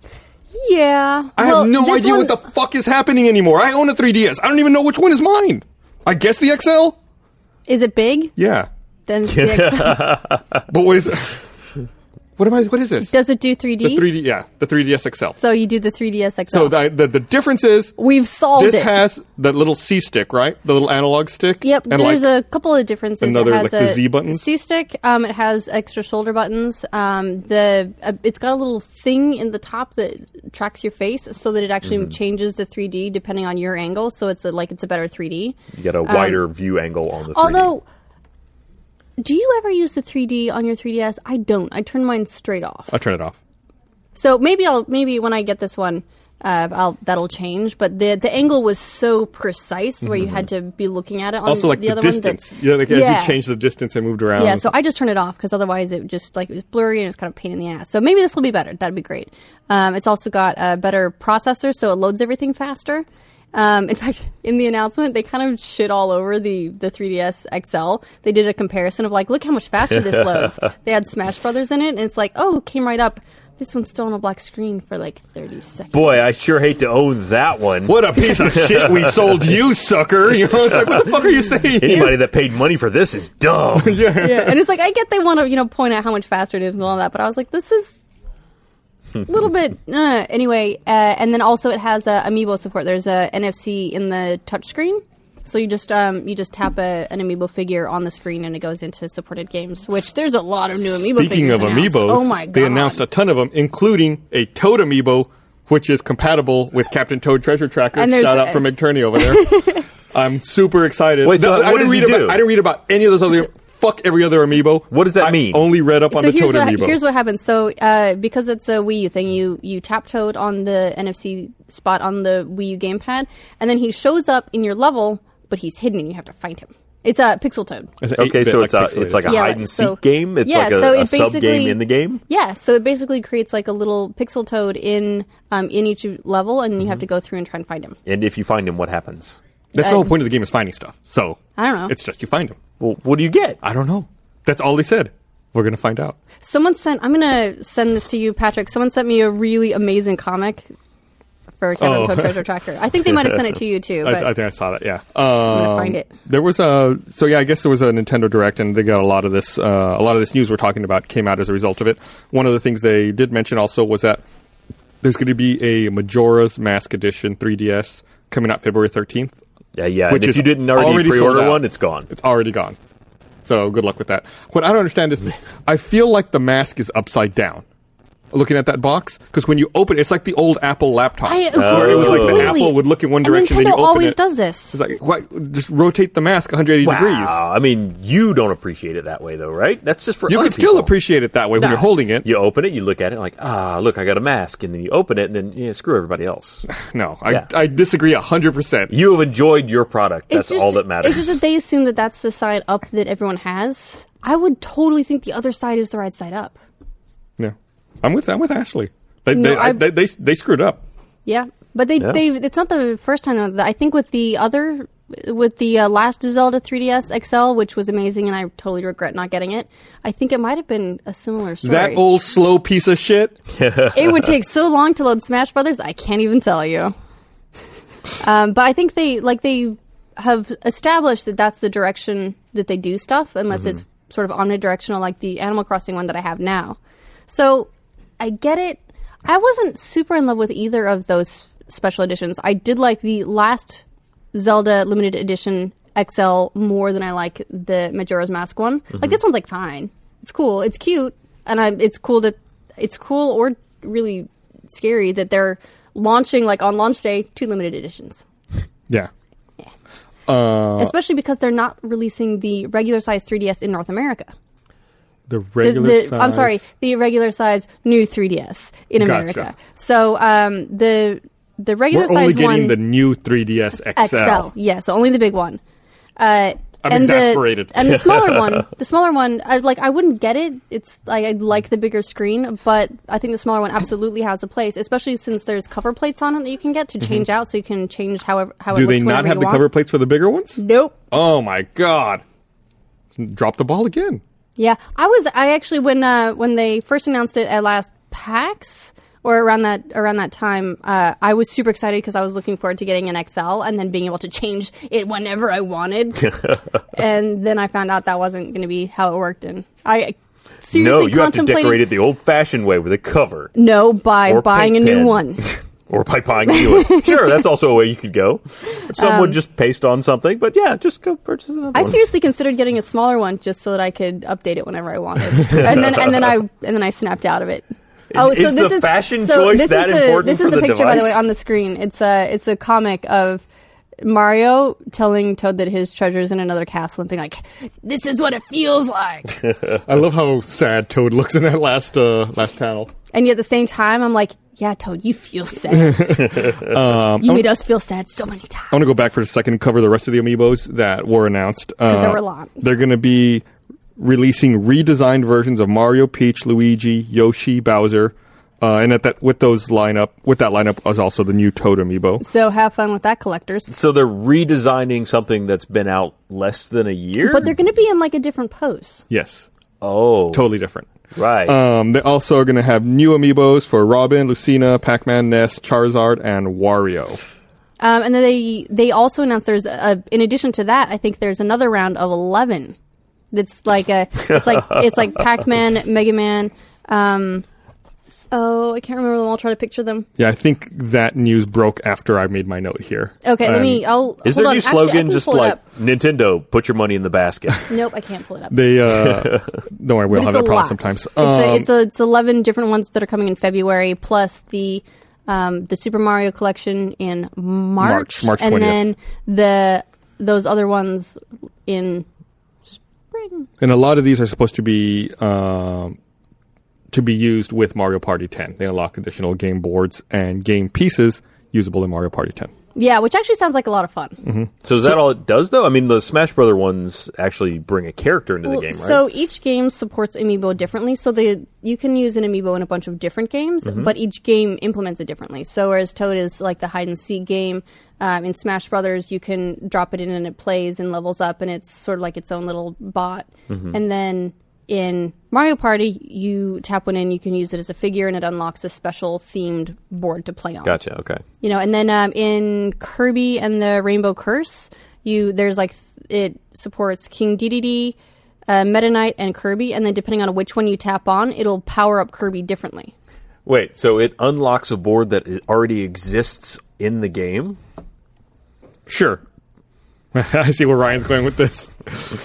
Yeah. I have no idea what the fuck is happening anymore. I own a 3DS. I don't even know which one is mine. I guess the XL? is it big? Yeah. Then it's the X- But what is what am I? What is this? does it do 3D? The 3D, yeah, the 3DS XL. So you do the 3DS XL. So the the, the difference is We've solved this it. has that little C stick, right? The little analog stick. Yep, And there's like, a couple of differences. another, it has like, the a Z buttons? C stick. Um, it has extra shoulder buttons. Um, the uh, it's got a little thing in the top that tracks your face, so that it actually Mm-hmm. changes the 3D depending on your angle. So it's a, like it's a better 3D. You got a wider view angle on the. 3D. Although, do you ever use the 3D on your 3DS? I don't. I turn mine straight off. I'll turn it off. So maybe I'll maybe when I get this one, uh, I'll that'll change. But the the angle was so precise where you had to be looking at it. On Mm-hmm. Also, like the, other distance. one, that, yeah, like as Yeah. you changed the distance and moved around. Yeah, so I just turned it off because otherwise it just like it was blurry and it's kind of a pain in the ass. So maybe this will be better. That'd be great. Um, it's also got a better processor, so it loads everything faster. Um, in fact, in the announcement, they kind of shit all over the the 3ds XL. They did a comparison of like, look how much faster this loads. They had Smash Brothers in it, and it's like, oh, it came right up. This one's still on a black screen for like 30 seconds. Boy, I sure hate to own that one. what a piece of shit we sold you, sucker! You know, it's like what the fuck are you saying? Anybody that paid money for this is dumb. yeah, and it's like I get they want to you know point out how much faster it is and all that, but I was like, this is a little bit uh, anyway. Uh, and then also it has uh, amiibo support. There's a NFC in the touchscreen, so you just um, you just tap a, an amiibo figure on the screen and it goes into supported games. Which there's a lot of new amiibo. Speaking figures of announced. amiibos, oh my god, they announced a ton of them, including a Toad amiibo, which is compatible with Captain Toad Treasure Tracker. And there's Shout out a- from McTurney over there. I'm super excited. Wait, so No, I didn't what does he read about, do? I didn't read about any of those other. fuck every other amiibo. What does that I mean? Only read up on so the here's Toad what, amiibo. Here's what happens. So uh, because it's a Wii U thing, you you tap Toad on the NFC spot on the Wii U gamepad, and then he shows up in your level, but he's hidden, and you have to find him. It's a pixel Toad. It's an Okay, 8-bit, so it's a pixelated. it's like a Yeah, hide and seek so- game. It's yeah, like a, so a it sub game basically- in the game. Yeah, so it basically creates like a little pixel toad in um, in each level, and you Mm-hmm. have to go through and try and find him. And if you find him, what happens? That's the whole point of the game is finding stuff. So I don't know. It's just you find them. Well, what do you get? I don't know. That's all they said. We're gonna find out. Someone sent. I'm gonna send this to you, Patrick. Someone sent me a really amazing comic for Captain Oh. Toad Treasure Tracker. I think they might have sent it to you too. I, But I think I saw that. Yeah, um, gonna find it. There was a so yeah. I guess there was a Nintendo Direct, and they got a lot of this. Uh, a lot of this news we're talking about came out as a result of it. One of the things they did mention also was that there's going to be a Majora's Mask Edition 3DS coming out February 13th. Yeah, yeah. Which and is if you didn't already, already sold pre-order out. one, it's gone. It's already gone. So good luck with that. What I don't understand is, I feel like the mask is upside down. Looking at that box, because when you open, it, it's like the old Apple laptop. I Where it was like the completely- Apple would look in one and direction, then you Nintendo open always it. does this. It's like what? Just rotate the mask 180 degrees. Wow. I mean, you don't appreciate it that way, though, right? That's just for You other can still people. appreciate it that way when Nah. you're holding it. You open it, you look at it, like, ah, look, I got a mask, and then you open it, and then yeah, screw everybody else. No, I, Yeah. I disagree 100. percent You have enjoyed your product. That's it's just, all that matters. It's just that they assume that that's the side up that everyone has. I would totally think the other side is the right side up. Yeah, I'm with I'm with Ashley. They No, they, I, I- they they they screwed up. Yeah, but they Yeah. they it's not the first time. though. I think with the other with the uh, last Zelda 3DS XL, which was amazing, and I totally regret not getting it. I think it might have been a similar story. That old slow piece of shit. it would take so long to load Smash Brothers. I can't even tell you. Um, but I think they like they have established that that's the direction that they do stuff, unless it's sort of omnidirectional, like the Animal Crossing one that I have now. So I get it. I wasn't super in love with either of those special editions. I did like the last Zelda limited edition XL more than I like the Majora's Mask one. Like this one's like fine. It's cool. It's cute, and I'm. It's cool that it's cool or really scary that they're launching like on launch day two limited editions. Yeah. Especially because they're not releasing the regular size 3DS in North America. The The, regular. the, I'm size- sorry, the regular size new 3DS in Gotcha. America. So um, the the regular We're only size getting one the new 3DS XL. XL. Yes, only the big one. Uh, I'm and exasperated. The, and the smaller one, the smaller one, I, like I wouldn't get it. It's I, I like the bigger screen, but I think the smaller one absolutely has a place, especially since there's cover plates on it that you can get to change out, so you can change however how it Mm-hmm. Do looks. they not whenever have you the want. cover plates for the bigger ones? Nope. Oh my god! Drop the ball again. Yeah, I was. I actually when uh, when they first announced it at last PAX or around that around that time, uh, I was super excited because I was looking forward to getting an XL and then being able to change it whenever I wanted. and then I found out that wasn't going to be how it worked, and I no, seriously you have to contemplated decorate it the old-fashioned way with a cover. no by or buying a paint new pen. one. or by buying a new one. Sure, that's also a way you could go. Some would just paste on something, but yeah, just go purchase another Um, I one. seriously considered getting a smaller one just so that I could update it whenever I wanted, and then and then I and then I snapped out of it. Oh, so is this the is fashion so choice this that is the, important This is for the, the picture, by the way, device? on the screen. It's a it's a comic of Mario telling Toad that his treasure is in another castle and being like, "This is what it feels like," I love how sad Toad looks in that last uh, last panel. and yet at the same time, I'm like, "Yeah, Toad, you feel sad. you made us feel sad so many I times." want to go back for a second and cover the rest of the amiibos that were announced. Uh, there were a lot. They're going to be releasing redesigned versions of Mario, Peach, Luigi, Yoshi, Bowser, uh, and at that with those lineup with that lineup was also the new Toad amiibo. So have fun with that, collectors. So they're redesigning something that's been out less than a year. But they're going to be in like a different pose. Yes, oh, totally different. right. Um, they also are going to have new amiibos for Robin, Lucina, Pac-Man, Ness, Charizard, and Wario. Um, and then they they also announced there's a, in addition to that, I think there's another round of eleven. That's like a it's like it's like Pac Man, Mega Man. Um, oh, I can't remember them. I'll try to picture them. Yeah, I think that news broke after I made my note here. Okay, let And me. I'll. Is hold their on. new Actually, I slogan can just pull it like up. Nintendo? Put your money in the basket. Nope, I can't pull it up. They uh, don't worry, we all have But it's that a problem lot. sometimes. Um, It's, um, a, it's, a, it's eleven different ones that are coming in February, plus the um, the Super Mario collection in March, March, March and 20th. then the those other ones in spring. and a lot of these are supposed to be um, to be used with Mario Party 10. They unlock additional game boards and game pieces usable in Mario Party 10. Yeah, which actually sounds like a lot of fun. So is that all it does, though? I mean, the Smash Brother ones actually bring a character into Well, the game, right? So each game supports amiibo differently. So the you can use an amiibo in a bunch of different games, Mm-hmm. but each game implements it differently. So whereas Toad is like the hide and seek game, um, in Smash Brothers you can drop it in and it plays and levels up, and it's sort of like its own little bot. Mm-hmm. And then in Mario Party, you tap one in, you can use it as a figure, and it unlocks a special themed board to play on gotcha. Okay. you know and then um, in kirby and the rainbow curse you there's like th- it supports king dedede uh, meta knight and kirby and then depending on which one you tap on it'll power up kirby differently Wait. So it unlocks a board that i- already exists in the game. Sure. I see where Ryan's going with this.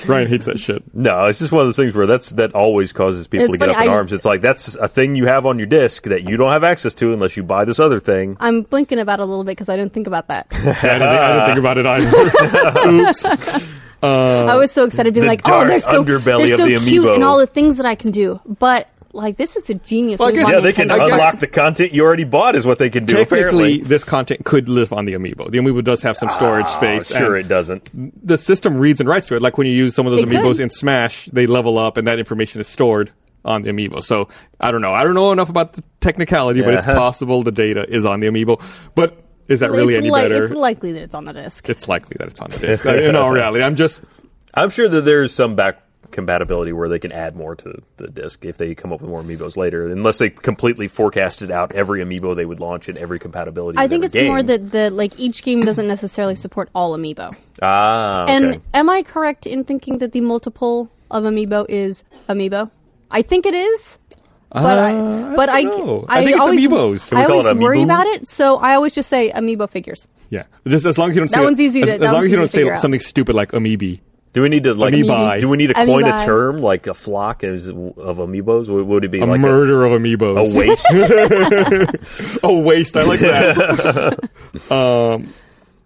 Ryan hates that shit. No, it's just one of those things where that's that always causes people It's to get funny, up in I- arms. It's like that's a thing you have on your disc that you don't have access to unless you buy this other thing. i'm blinking about it a little bit because i didn't think about that I didn't think, I didn't think about it either. Oops. i was so excited being the like oh dark they're so, underbelly they're of so the cute amiibo. and all the things that i can do but like this is a genius Well, I move guess- on Yeah, they can Nintendo's part. unlock the content you already bought is what they can do. Technically, Apparently, this content could live on the Amiibo. The Amiibo does have some storage Oh, space. sure and it doesn't. the system reads and writes to it. Like when you use some of those It Amiibos could. in Smash, they level up, and that information is stored on the Amiibo. So I don't know. I don't know enough about the technicality, but it's Uh-huh. possible the data is on the Amiibo. But is that really it's, any li- better? it's likely that it's on the disc It's likely that it's on the disc. I- in all reality, I'm just I'm sure that there's some back compatibility where they can add more to the disc if they come up with more amiibos later, unless they completely forecasted out every amiibo they would launch and every compatibility. i with think every it's game. more that the like each game doesn't necessarily support all amiibo ah, okay. And am I correct in thinking that the multiple of amiibo is amiibo? I think it is. Uh, But I I, but I, don't know. I, I think it's always, amiibos. Can we I call it always worry amiibo? about it, so I always just say amiibo figures. yeah. Just as long as you don't That say one's easy As, to- as that long one's as you don't easy to say figure out. something stupid like Amiibi. do we need to like Amiibi. do we need to coin Amiibi. a term like a flock is, of amiibos? What would it be A like? murder of A, amiibos. a waste. A waste. I like that. um,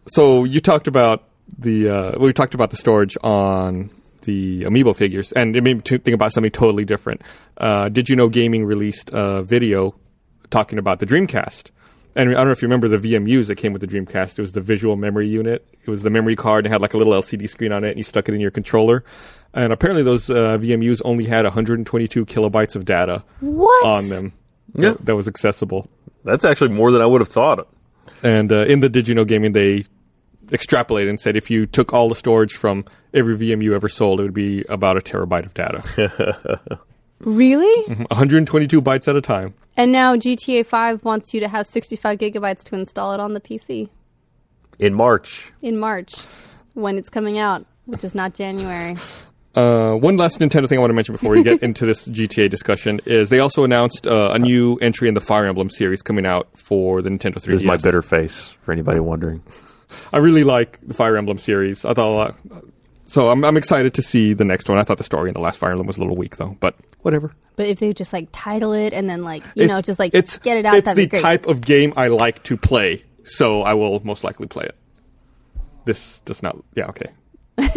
so you talked about the uh, we talked about the storage on the amiibo figures, and it made me to think about something totally different. Uh, did you know gaming released a video talking about the Dreamcast? And I don't know if you remember the VMUs that came with the Dreamcast. It was the visual memory unit. It was the memory card and had like a little LCD screen on it, and you stuck it in your controller. And apparently, those uh, VMUs only had 122 kilobytes of data What? on them Yeah. that- that was accessible. That's actually more than I would have thought. And uh, in the Did You Know Gaming, they extrapolated and said if you took all the storage from every VMU ever sold, it would be about a terabyte of data. Really? Mm-hmm. 122 bytes at a time. and now GTA 5 wants you to have 65 gigabytes to install it on the PC In March, in March when it's coming out, which is not January. Uh, one last Nintendo thing I want to mention before we get into this GTA discussion is they also announced uh, a new entry in the Fire Emblem series coming out for the Nintendo 3DS. This is my bitter face for anybody wondering. I really like the Fire Emblem series. I thought a lot. So I'm, I'm excited to see the next one. I thought the story in the last Fire Emblem was a little weak, though, but whatever. But if they just like title it and then like, you It- know, just like it's, get it out, It's that'd the be great. type of game I like to play, so I will most likely play it. this does not. Yeah, okay.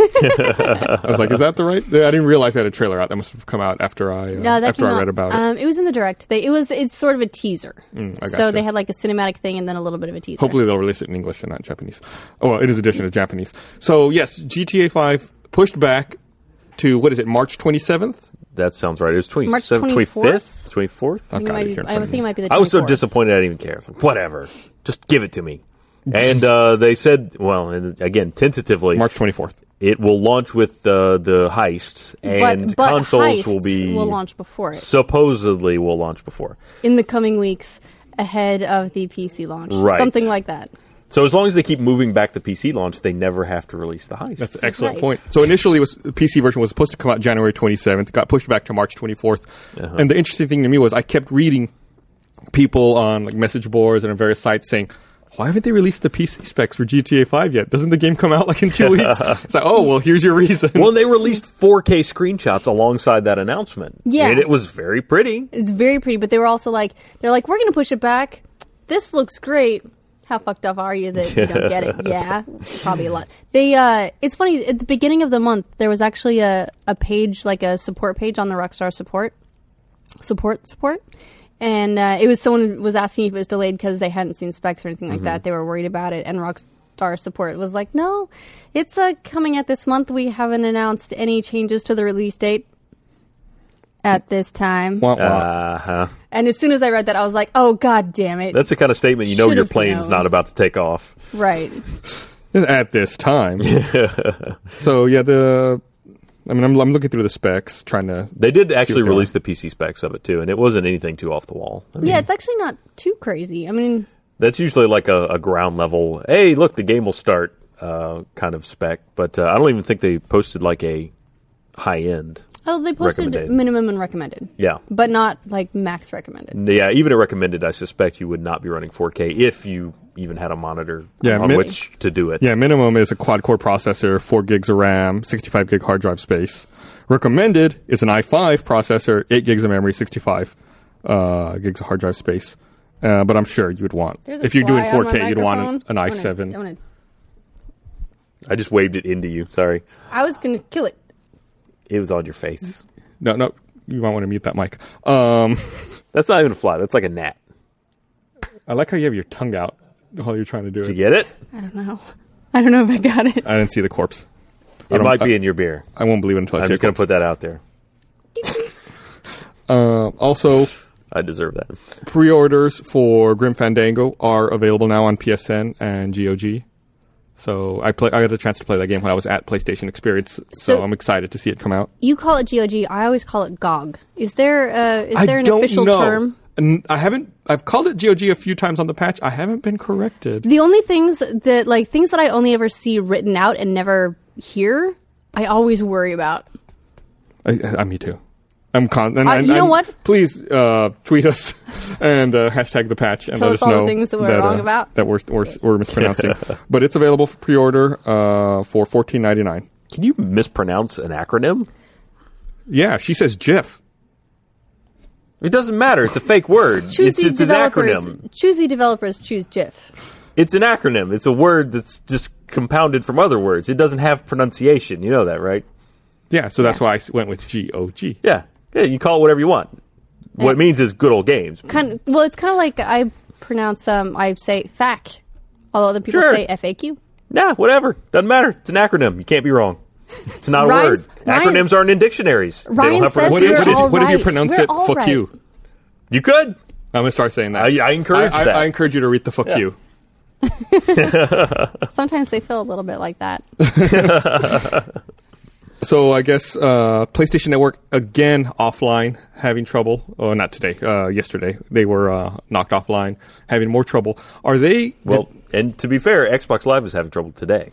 I was like, is that the right? I didn't realize they had a trailer out. That must have come out after I uh, No, that after came I out- read about it. Mm, um, it. was in the direct. They, it was it's sort of a teaser. I so gotcha. they had like a cinematic thing and then a little bit of a teaser. Hopefully they'll release it in English and not Japanese. Oh, well, it is edition of Japanese. So yes, GTA 5 pushed back to what is it, March 27th? That sounds right. It was 27th, 24th? 25th, 24th. You God, might you be- can't I find think it might be the. I was so 24th. disappointed I didn't even care. I was like, whatever, just give it to me. And uh, they said, well, and again, tentatively, March 24th. it will launch with uh, the heists, and but, but consoles Heists will be will launch before it supposedly will launch before. in the coming weeks ahead of the PC launch, Right. something like that. So as long as they keep moving back the PC launch, they never have to release the heists. That's an excellent right. point. So initially, it was the PC version was supposed to come out January 27th. Got pushed back to March 24th. Uh-huh. And the interesting thing to me was I kept reading people on like message boards and on various sites saying. Why haven't they released the PC specs for GTA 5 yet? Doesn't the game come out like in two weeks? It's like, oh, well, here's your reason. Well, they released 4K screenshots alongside that announcement. Yeah. and it was very pretty. It's very pretty, but they were also like, they're like, we're going to push it back. This looks great. How fucked up are you that you don't get it? Yeah, probably a lot. They, uh, it's funny. At the beginning of the month, there was actually a, a page, like a support page on the Rockstar support, support, support, and uh, it was someone was asking if it was delayed because they hadn't seen specs or anything like that. They were worried about it, and Rockstar support was like, "No, it's uh, coming out this month. We haven't announced any changes to the release date at this time." Wah, wah. Uh huh. And as soon as I read that, I was like, "Oh God damn it!" That's the kind of statement you know your Should've plane's known. not about to take off. right. at this time. so yeah, the I mean, I'm, I'm looking through the specs, trying to. They did actually what they release the PC specs of it too, and it wasn't anything too off the wall. I mean, Yeah, it's actually not too crazy. I mean, That's usually like a, a ground level. Hey, look, the game will start uh, kind of spec, but uh, I don't even think they posted like a high end. oh, they posted Recommended. minimum and recommended. Yeah. but not like max recommended. Yeah, even at recommended, I suspect you would not be running 4K if you even had a monitor Yeah, on min- which to do it. Yeah, minimum is a quad core processor, four gigs of RAM, 65 gig hard drive space. Recommended is an i5 processor, eight gigs of memory, 65 uh, gigs of hard drive space. Uh, but I'm sure you would want There's a if you're doing fly on my 4K, you'd want an, microphone. an I wanna- i7. I, wanna- I just waved it into you. Sorry, I was gonna kill it. it was on your face. No, no, you might want to mute that mic. Um, That's not even a fly. That's like a gnat. I like how you have your tongue out while you're trying to do You it. get it? I don't know. I don't know if I got it. I didn't see the corpse. I It don't- might I- be in your beer. I won't believe it until I I'm see it. just going to put that out there. Uh, also, I deserve that. pre-orders for Grim Fandango are available now on PSN and GOG. So I play. I had the chance to play that game when I was at PlayStation Experience. So, So- I'm excited to see it come out. You call it GOG. I always call it GOG. Is there uh, is I there an don't official know. term? N- I haven't. I've called it GOG a few times on the patch. I haven't been corrected. The only things that like things that I only ever see written out and never hear, I always worry about. I, I, me too. I'm con. And, Uh, and- you know and what? Please uh, tweet us and uh, hashtag the patch and Tell let us us, all the know things that we're uh, wrong about. that we're we're, we're mispronouncing. but it's available for pre-order uh, for 14.99. Can you mispronounce an acronym? Yeah, she says GIF. It doesn't matter. It's a fake word. Choose It's, the it's an developers. acronym. Choose the developers. Choose GIF. It's an acronym. It's a word that's just compounded from other words. It doesn't have pronunciation. You know that, right? Yeah, so that's why I s- went with G O G. Yeah. Yeah, you call it whatever you want. What it means is good old games. kind well it's kind of like i pronounce um i say fac although other people Sure. say faq Nah, whatever. Doesn't matter. It's an acronym. You can't be wrong. It's not a Ryan's- word. Ryan- Acronyms aren't in dictionaries. they Ryan don't have says What, if, we're what, pronunciation. all if, what if you right. pronounce We're it? all Fuck right. you. You could. I'm gonna start saying that. I- I encourage I, that. I encourage you to read the fuck you. sometimes they feel a little bit like that So I guess uh, PlayStation Network again offline, having trouble. Oh, not today. Uh, yesterday they were uh, knocked offline, having more trouble. Are they? Well, and to be fair, Xbox Live is having trouble today.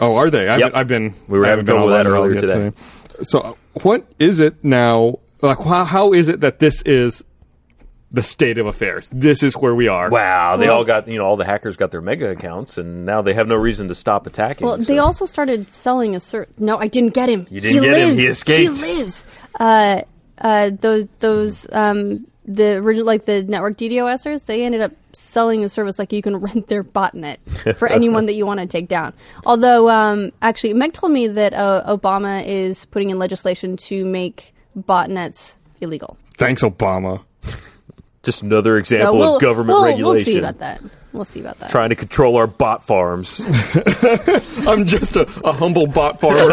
Oh, are they? I've, Yep. I've been. We were I haven't having been trouble with that online at all earlier yet today. So, uh, what is it now? Like, how, how is it that this is the state of affairs? This is where we are. Wow, they all got you know all the hackers got their mega accounts, and now they have no reason to stop attacking. well they so- also started selling a cert no i didn't get him You didn't get him. He escaped. he lives uh uh those those um the original, like the network DDoSers, they ended up selling a service like you can rent their botnet for anyone that you want to take down. Although, um, actually, Meg told me that uh, Obama is putting in legislation to make botnets illegal. Thanks, Obama. Just another example so we'll, of government we'll, regulation. We'll see about that. We'll see about that. Trying to control our bot farms. I'm just a, a humble bot farmer.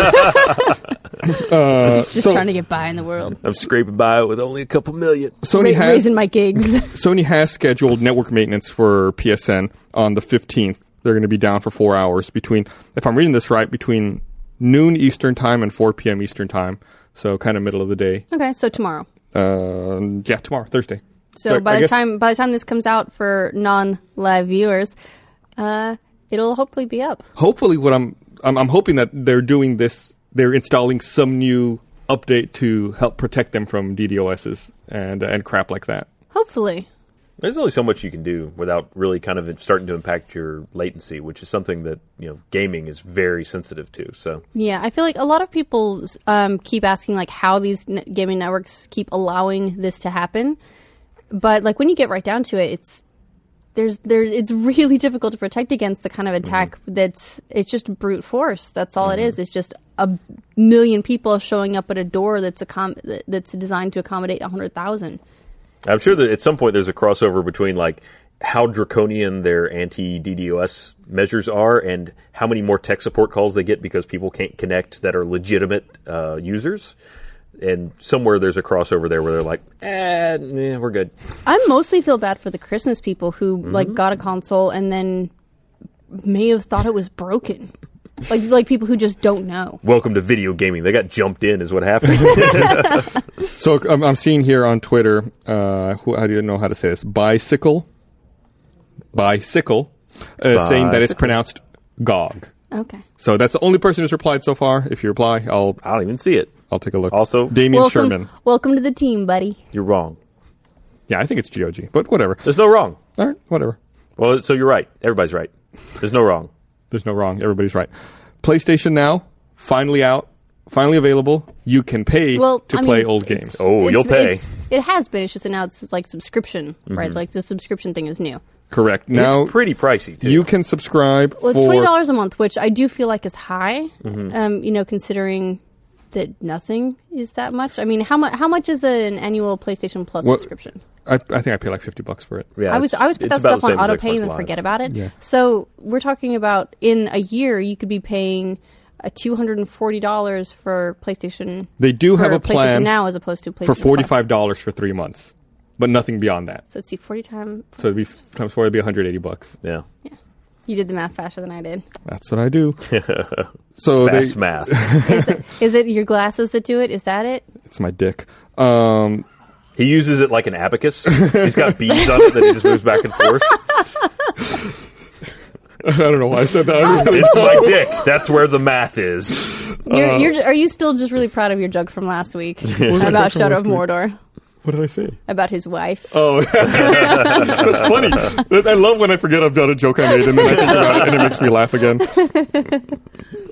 Just Uh, so- trying to get by in the world. I'm scraping by with only a couple million. Sony Ra- has raising my gigs. Sony has scheduled network maintenance for PSN on the 15th. They're going to be down for four hours between, if I'm reading this right, between noon Eastern time and 4 p.m. Eastern time. So kind of middle of the day. okay, so tomorrow. Uh, yeah, tomorrow, Thursday. So, by I the guess- time by the time this comes out for non live viewers, uh, it'll hopefully be up. hopefully, what I'm, I'm I'm hoping that they're doing this. They're installing some new update to help protect them from DDoSs and and crap like that. Hopefully, There's only so much you can do without really kind of starting to impact your latency, which is something that you know gaming is very sensitive to. So yeah. I feel like a lot of people um, keep asking like how these n- gaming networks keep allowing this to happen, but like when you get right down to it, it's there's there's it's really difficult to protect against the kind of attack that's it's just brute force. That's all it is. It's just a million people showing up at a door that's a that's designed to accommodate hundred thousand. I'm sure that at some point there's a crossover between like how draconian their anti DDoS measures are and how many more tech support calls they get because people can't connect that are legitimate uh, users. And somewhere there's a crossover there where they're like, eh, eh, we're good. I mostly feel bad for the Christmas people who like got a console and then may have thought it was broken. Like like people who just don't know. Welcome to video gaming. They got jumped in, is what happened. So I'm, I'm seeing here on Twitter. Uh, who, how do you know how to say this? Bicycle. Bicycle. Uh, saying that it's pronounced Gog. Okay. So that's the only person who's replied so far. If you reply, I'll I don't even see it. I'll take a look. Also- Damien Welcome, Sherman. welcome to the team, buddy. You're wrong. Yeah, I think it's GOG, but whatever. There's no wrong. All right, whatever. Well, so you're right. Everybody's right. There's no wrong. There's no wrong. Everybody's right. PlayStation Now finally out, finally available. You can pay Well, to I mean, play old it's- games. Oh, it's- you'll pay. it's- It has been. It's just that now it's like subscription, Mm-hmm. right? Like the subscription thing is new. correct. Now it's pretty pricey too. you can subscribe Well, it's for Mm-hmm. twenty dollars a month, which I do feel like is high. Um, you know, considering that nothing is that much. I mean, how much? How much is an annual PlayStation Plus What- subscription? I, I think I pay like fifty bucks for it. yeah, I was it's- I always put it's that about stuff the on same as autopay Xbox and then Live. forget about it. Yeah. So we're talking about in a year you could be paying a two hundred and forty dollars for PlayStation. They do for have a plan PlayStation now as opposed to PlayStation for Plus. forty five dollars for three months, but nothing beyond that. So let's see, forty times. So it'd be times four, it'd be one hundred eighty bucks. Yeah, You did the math faster than I did. That's what I do. so they, fast math. Is it your glasses that do it? Is that it? it's my dick. Um, He uses it like an abacus. He's got beads on it that he just moves back and forth. I don't know why I said that. I really- It's my dick. That's where the math is. Uh, You're, you're, j- are you still just really proud of your joke from last week my joke about from Shadow last of week? Mordor? what did I say? About his wife. Oh, that's funny. That- I love when I forget I've done a joke I made and then I think about it and it makes me laugh again.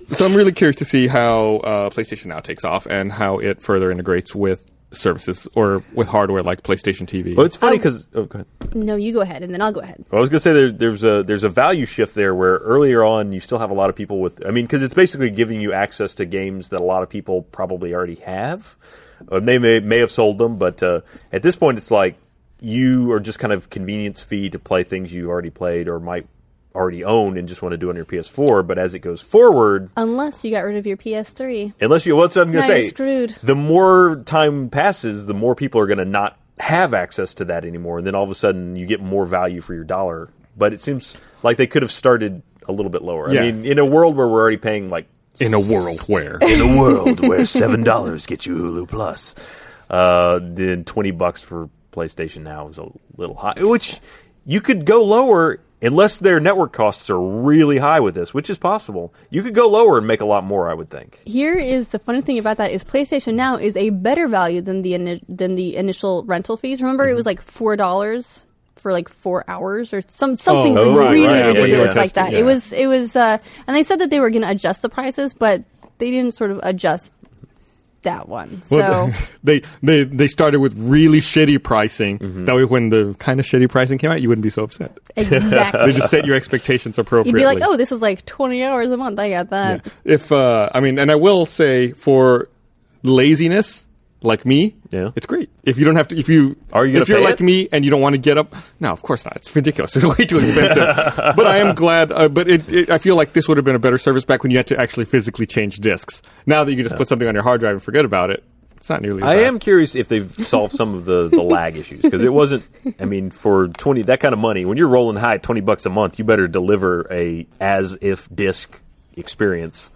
so I'm really curious to see how uh, PlayStation Now takes off and how it further integrates with services or with hardware like PlayStation TV. Well, it's funny Um, because oh, go ahead. No, you go ahead, and then I'll go ahead. Well, I was going to say there, there's a there's a value shift there where earlier on you still have a lot of people with. I mean, because it's basically giving you access to games that a lot of people probably already have. Uh, they may may have sold them, but uh, at this point, it's like you are just kind of convenience fee to play things you already played or might already own and just want to do on your PS4. But as it goes forward, Unless you got rid of your PS3. Unless you, well, that's what I'm going No, to you're say. screwed. The more time passes, the more people are going to not have access to that anymore, and then all of a sudden you get more value for your dollar. But it seems like they could have started a little bit lower. Yeah. I mean, in a world where we're already paying like in a world where. in a world where seven dollars gets you Hulu Plus, uh, then twenty bucks for PlayStation Now is a little high. Which you could go lower unless their network costs are really high with this, which is possible. You could go lower and make a lot more, I would think. Here is the funny thing about that is PlayStation Now is a better value than the ini- than the initial rental fees. Remember, it was like four dollars for like four hours or some something Oh, right, really right, yeah, ridiculous yeah. like that. Yeah. It was it was, uh, and they said that they were going to adjust the prices, but they didn't sort of adjust that one. So Well, they they they started with really shitty pricing. Mm-hmm. That way, when the kind of shitty pricing came out, you wouldn't be so upset. They exactly, just set your expectations you'd appropriately. be like, "Oh, this is like twenty hours a month. I got that." If uh, I mean, and I will say for laziness, like me, Yeah. it's great. If you don't have to, if you Are you if gonna you're pay like it? me and you don't want to get up, no, of course not. It's ridiculous. It's way too expensive. but I am glad. Uh, but it, it, I feel like this would have been a better service back when you had to actually physically change discs. Now that you can just put something on your hard drive and forget about it, it's not nearly. as I bad. am curious if they've solved some of the, the lag issues because it wasn't. I mean, for twenty that kind of money, when you're rolling high twenty bucks a month, you better deliver a as if disc experience.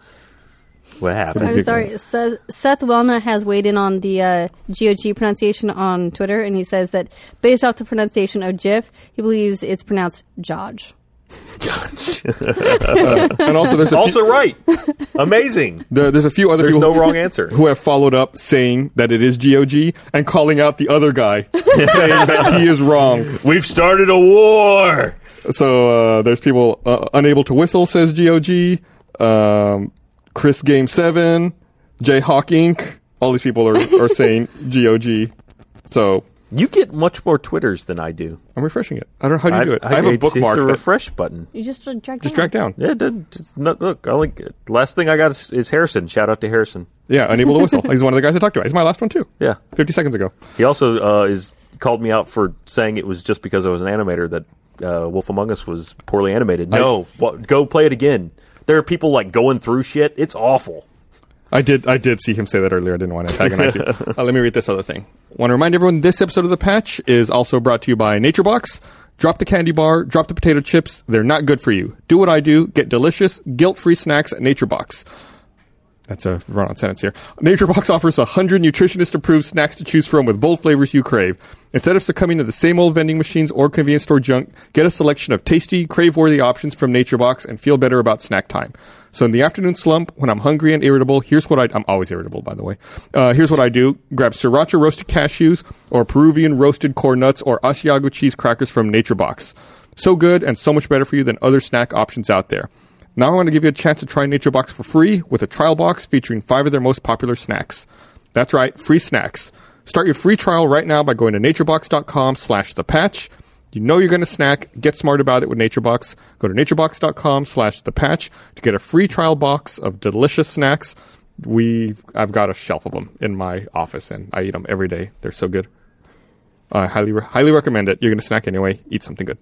What happened? I'm Oh, sorry. Seth, Seth Wellna has weighed in on the uh, GOG pronunciation on Twitter, and he says that based off the pronunciation of GIF, he believes it's pronounced Jodge. and also there's a few- Also right. Amazing. There, there's a few other There's people no wrong answer. who have followed up saying that it is GOG and calling out the other guy saying that he is wrong. We've started a war. So uh, there's people uh, unable to whistle says GOG, um, Chris Game Seven, Jayhawk Inc. All these people are, are saying GOG. So You get much more Twitters than I do. I'm refreshing it. I don't know how do you do it. I, have I a hit bookmark. The that- refresh button. You just uh, dragged just down. drag down. Yeah, it did- it's not, look. I only, last thing I got is, is Harrison. Shout out to Harrison. Yeah, unable to whistle. He's one of the guys I talked to. He's my last one too. Yeah. 50 seconds ago. He also uh, is called me out for saying it was just because I was an animator that uh, Wolf Among Us was poorly animated. No, wha- go play it again. There are people like going through shit. It's awful. I did. I did see him say that earlier. I didn't want to antagonize you. Uh, let me read this other thing. Want to remind everyone: this episode of the Patch is also brought to you by NatureBox. Drop the candy bar. Drop the potato chips. They're not good for you. Do what I do. Get delicious, guilt-free snacks at NatureBox. That's a run-on sentence here. NatureBox offers 100 nutritionist-approved snacks to choose from with bold flavors you crave. Instead of succumbing to the same old vending machines or convenience store junk, get a selection of tasty, crave-worthy options from NatureBox and feel better about snack time. So in the afternoon slump, when I'm hungry and irritable, here's what I... I'm always irritable, by the way. Uh, here's what I do. Grab sriracha roasted cashews or Peruvian roasted corn nuts or Asiago cheese crackers from NatureBox. So good and so much better for you than other snack options out there. Now I want to give you a chance to try NatureBox for free with a trial box featuring five of their most popular snacks. That's right, free snacks. Start your free trial right now by going to naturebox.com slash the patch. You know you're going to snack. Get smart about it with NatureBox. Go to naturebox.com slash the patch to get a free trial box of delicious snacks. We, I've got a shelf of them in my office and I eat them every day. They're so good. I highly, re- highly recommend it. You're going to snack anyway. Eat something good.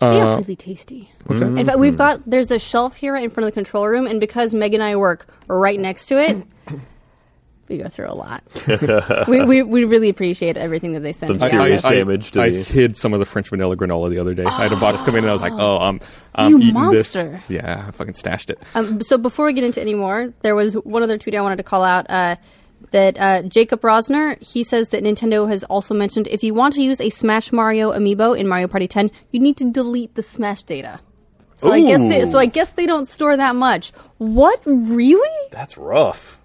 They are really tasty. What's that? In fact, we've got there's a shelf here right in front of the control room, and because Meg and I work right next to it, we go through a lot. we, we we really appreciate everything that they send. Some us. serious damage to I the- hid some of the French vanilla granola the other day. I had a box come in and I was like, "Oh, I'm, I'm You eating monster. this." Yeah, I fucking stashed it. Um, so before we get into any more, there was one other tweet I wanted to call out. Uh, that uh, Jacob Rosner he says that Nintendo has also mentioned if you want to use a Smash Mario amiibo in Mario Party 10, you need to delete the Smash data. So I guess they, Ooh. so I guess they don't store that much. What really? That's rough.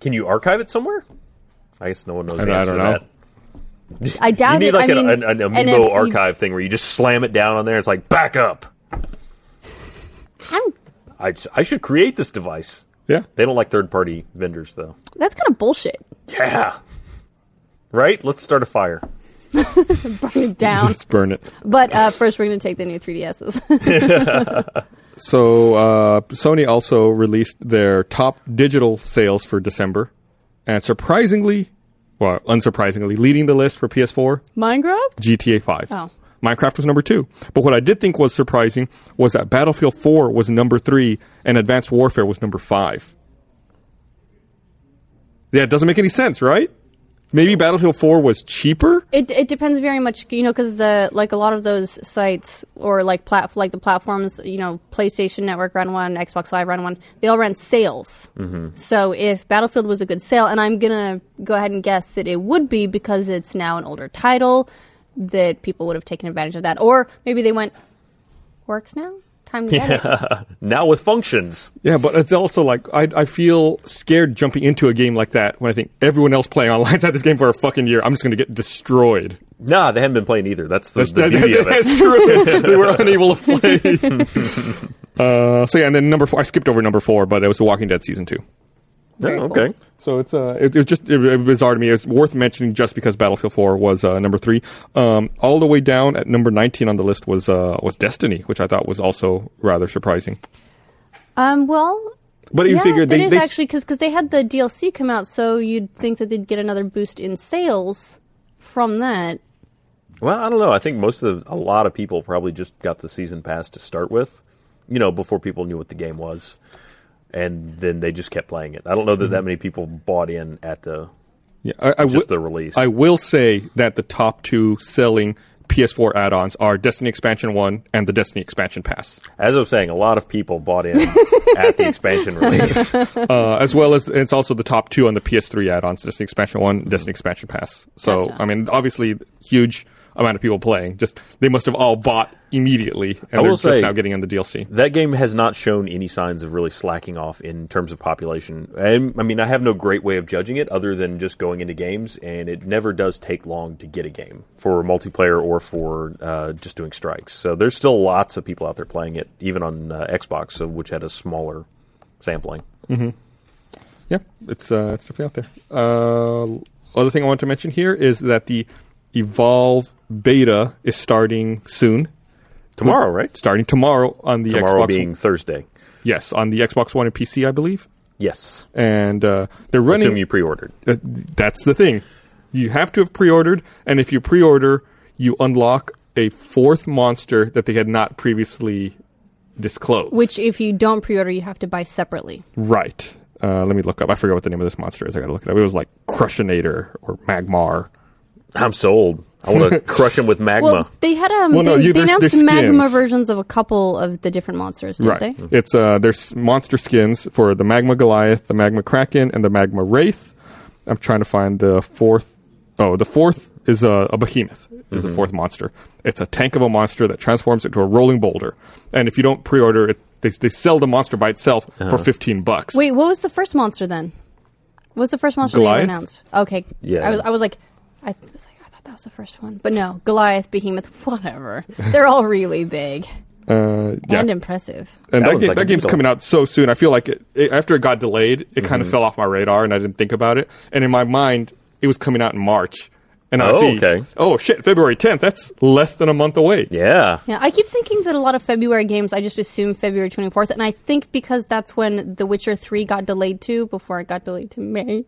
Can you archive it somewhere? I guess no one knows. I the don't- I answer don't to know. that. I doubt You need it. like I an, mean, an, an amiibo NFC archive thing where you just slam it down on there. It's like back up. I'm, I, I should create this device. Yeah, They don't like third party vendors though. that's kind of bullshit. Yeah. Right. Let's start a fire. Burn it down. just burn it. but uh, first, we're going to take the new 3DSs. So uh, Sony also released their top digital sales for December, and surprisingly, well, unsurprisingly, leading the list for PS4 Minecraft? GTA 5. Oh. Minecraft was number two. But what I did think was surprising was that Battlefield 4 was number three and Advanced Warfare was number five. Yeah, it doesn't make any sense, right? Maybe Battlefield 4 was cheaper? It, it depends very much, you know, because the like a lot of those sites or like plat like the platforms, you know, PlayStation Network ran one, Xbox Live ran one. They all ran sales. Mm-hmm. So if Battlefield was a good sale, and I'm gonna go ahead and guess that it would be because it's now an older title, that people would have taken advantage of that, or maybe they went works now. Time to get it. Now with functions. Yeah, but it's also like I, I feel scared jumping into a game like that when I think everyone else playing online's had this game for a fucking year. I'm just going to get destroyed. Nah, they haven't been playing either. That's the, That's, the beauty of it. that's true. they were unable to play. uh, so yeah, and then number four. I skipped over number four, but it was The Walking Dead season two. Very Oh, cool. okay. So it's uh, it, it was just it, it bizarre to me. It's worth mentioning just because Battlefield 4 was uh, number three. Um, all the way down at number 19 on the list was uh, was Destiny, which I thought was also rather surprising. Um, well, But you yeah, figured that they- is they s- actually because they had the DLC come out, so you'd think that they'd get another boost in sales from that. Well, I don't know. I think most of the, a lot of people probably just got the season pass to start with, you know, before people knew what the game was, and then they just kept playing it. I don't know that Mm-hmm. that many people bought in at the Yeah, I, I wi- just the release. I will say that the top two selling PS4 add-ons are Destiny Expansion One and the Destiny Expansion Pass, As I was saying, a lot of people bought in at the expansion release. uh, as well as it's also the top two on the PS3 add-ons: Destiny Expansion One, Destiny Expansion Pass. So Gotcha. I mean, obviously, huge amount of people playing. Just they must have all bought immediately, and I they're will just say- now getting on the DLC. that game has not shown any signs of really slacking off in terms of population. And, I mean, I have no great way of judging it other than just going into games, and it never does take long to get a game for multiplayer or for uh, just doing strikes. So there's still lots of people out there playing it, even on uh, Xbox, so, which had a smaller sampling. Yeah, it's uh, it's definitely out there. Uh, other thing I want to mention here is that the Evolve beta is starting soon. Tomorrow, right? Starting tomorrow on Hmm. the Tomorrow Xbox. being Thursday. Yes, on the Xbox One and PC, I believe. Yes. And uh, they're running. Assume you pre-ordered. Uh, that's the thing. You have to have pre-ordered, and if you pre-order, you unlock a fourth monster that they had not previously disclosed. Which, if you don't pre-order, you have to buy separately. right? Uh, let me look up. I forgot what the name of this monster is. I got to look it up. It was like Crushinator or Magmar. I'm sold. I want to crush him with magma. Well, they had um, Well, no, they, you- they there's- announced there's magma skins. versions of a couple of the different monsters, didn't right. they? It's uh, there's monster skins for the Magma Goliath, the Magma Kraken, and the Magma Wraith. I'm trying to find the fourth. Oh, the fourth is a, a behemoth. Is the fourth monster? It's a tank of a monster that transforms into a rolling boulder. And if you don't pre-order it, they, they sell the monster by itself for 15 bucks. Wait, what was the first monster then? What was the first monster they Goliath? announced? Okay, Yeah. I was, I was like, I was like, I thought that was the first one, but no, Goliath, Behemoth, whatever. They're all really big Uh, yeah. and impressive. and That that, looks ga- like a that game's beetle. coming out so soon. I feel like it, it, after it got delayed, it kind Mm-hmm. of fell off my radar, and I didn't think about it. And in my mind, it was coming out in March, and I Oh, see, okay. oh shit, February 10th. That's less than a month away. yeah. Yeah, I keep thinking that a lot of February games, I just assume February 24th, and I think because that's when The Witcher 3 got delayed to before it got delayed to May.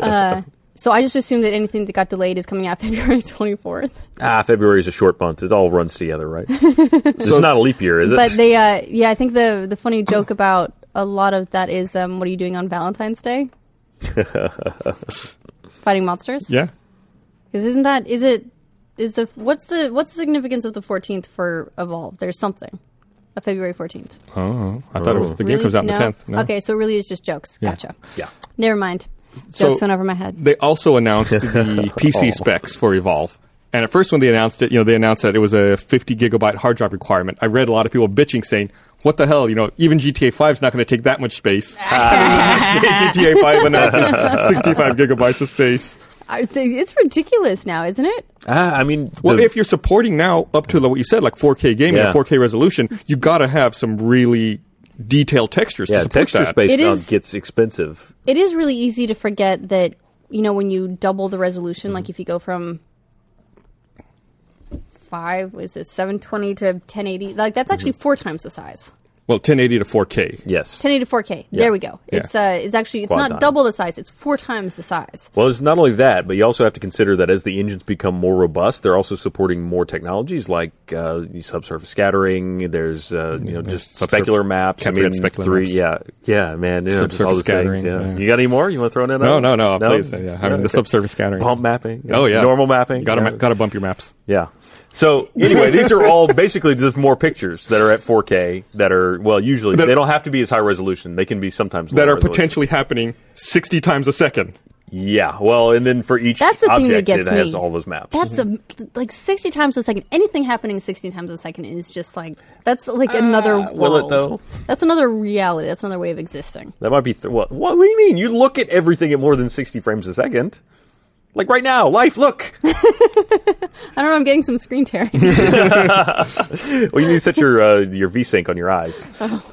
Uh, so I just assume that anything that got delayed is coming out February 24th. Ah, February is a short month. It all runs together, right? it's not a leap year, is it? But they, uh, yeah, I think the the funny joke about a lot of that is, um, what are you doing on Valentine's Day? Fighting monsters. Yeah. Because isn't that is it is the what's the what's the significance of the 14th for Evolve? There's something. A February 14th. Oh, I thought it was the game Really? comes out on No? the tenth. Okay, so it really is just jokes. Gotcha. yeah. Never mind. So- Jokes went over my head. They also announced the Oh. PC specs for Evolve. And at first, when they announced it, you know, they announced that it was a 50 gigabyte hard drive requirement. I read a lot of people bitching, saying, "What the hell? You know, even GTA 5 is not going to take that much space." GTA 5 announces 65 gigabytes of space. I say it's ridiculous now, isn't it? Ah, I mean, Well, the- if you're supporting now up to like what you said, like 4K gaming Yeah. and 4K resolution, you got to have some really detailed textures to yeah, support texture that. space It now is- gets expensive. It is really easy to forget that you know when you double the resolution, Mm-hmm. like if you go from five, is it 720 to 1080? Like that's actually Mm-hmm. four times the size. Well, 1080 to 4K. Yes. 1080 to 4K. There we go. Yeah. It's uh, it's actually it's Quad-dime. not double the size. It's four times the size. Well, it's not only that, but you also have to consider that as the engines become more robust, they're also supporting more technologies like uh, the subsurface scattering. There's, uh, you know, just subsurf- specular maps. Can't forget specular three, maps. yeah, yeah, man, you know, just all Subsurface those things. scattering, Yeah. yeah. you got any more? You want to throw in another? No, one? no, no, please, yeah, I mean, the subsurface scattering. bump mapping. Oh yeah, normal mapping. Got to yeah. got to bump your maps. Yeah. So anyway, these are all basically just more pictures that are at 4K that are well, usually That- they don't have to be as high resolution. They can be sometimes that low are resolution. potentially happening 60 times a second. Yeah. Well, and then for each That's the thing that object, gets it has me. all those maps. That's a, like 60 times a second. Anything happening 60 times a second is just like that's like another world. Ah, will it though? That's another reality. That's another way of existing. that might be th- what? What do you mean? You look at everything at more than 60 frames a second. Like right now, life. Look. I don't know. I'm getting some screen tearing. Oh. well, you need to set your uh, your VSync on your eyes.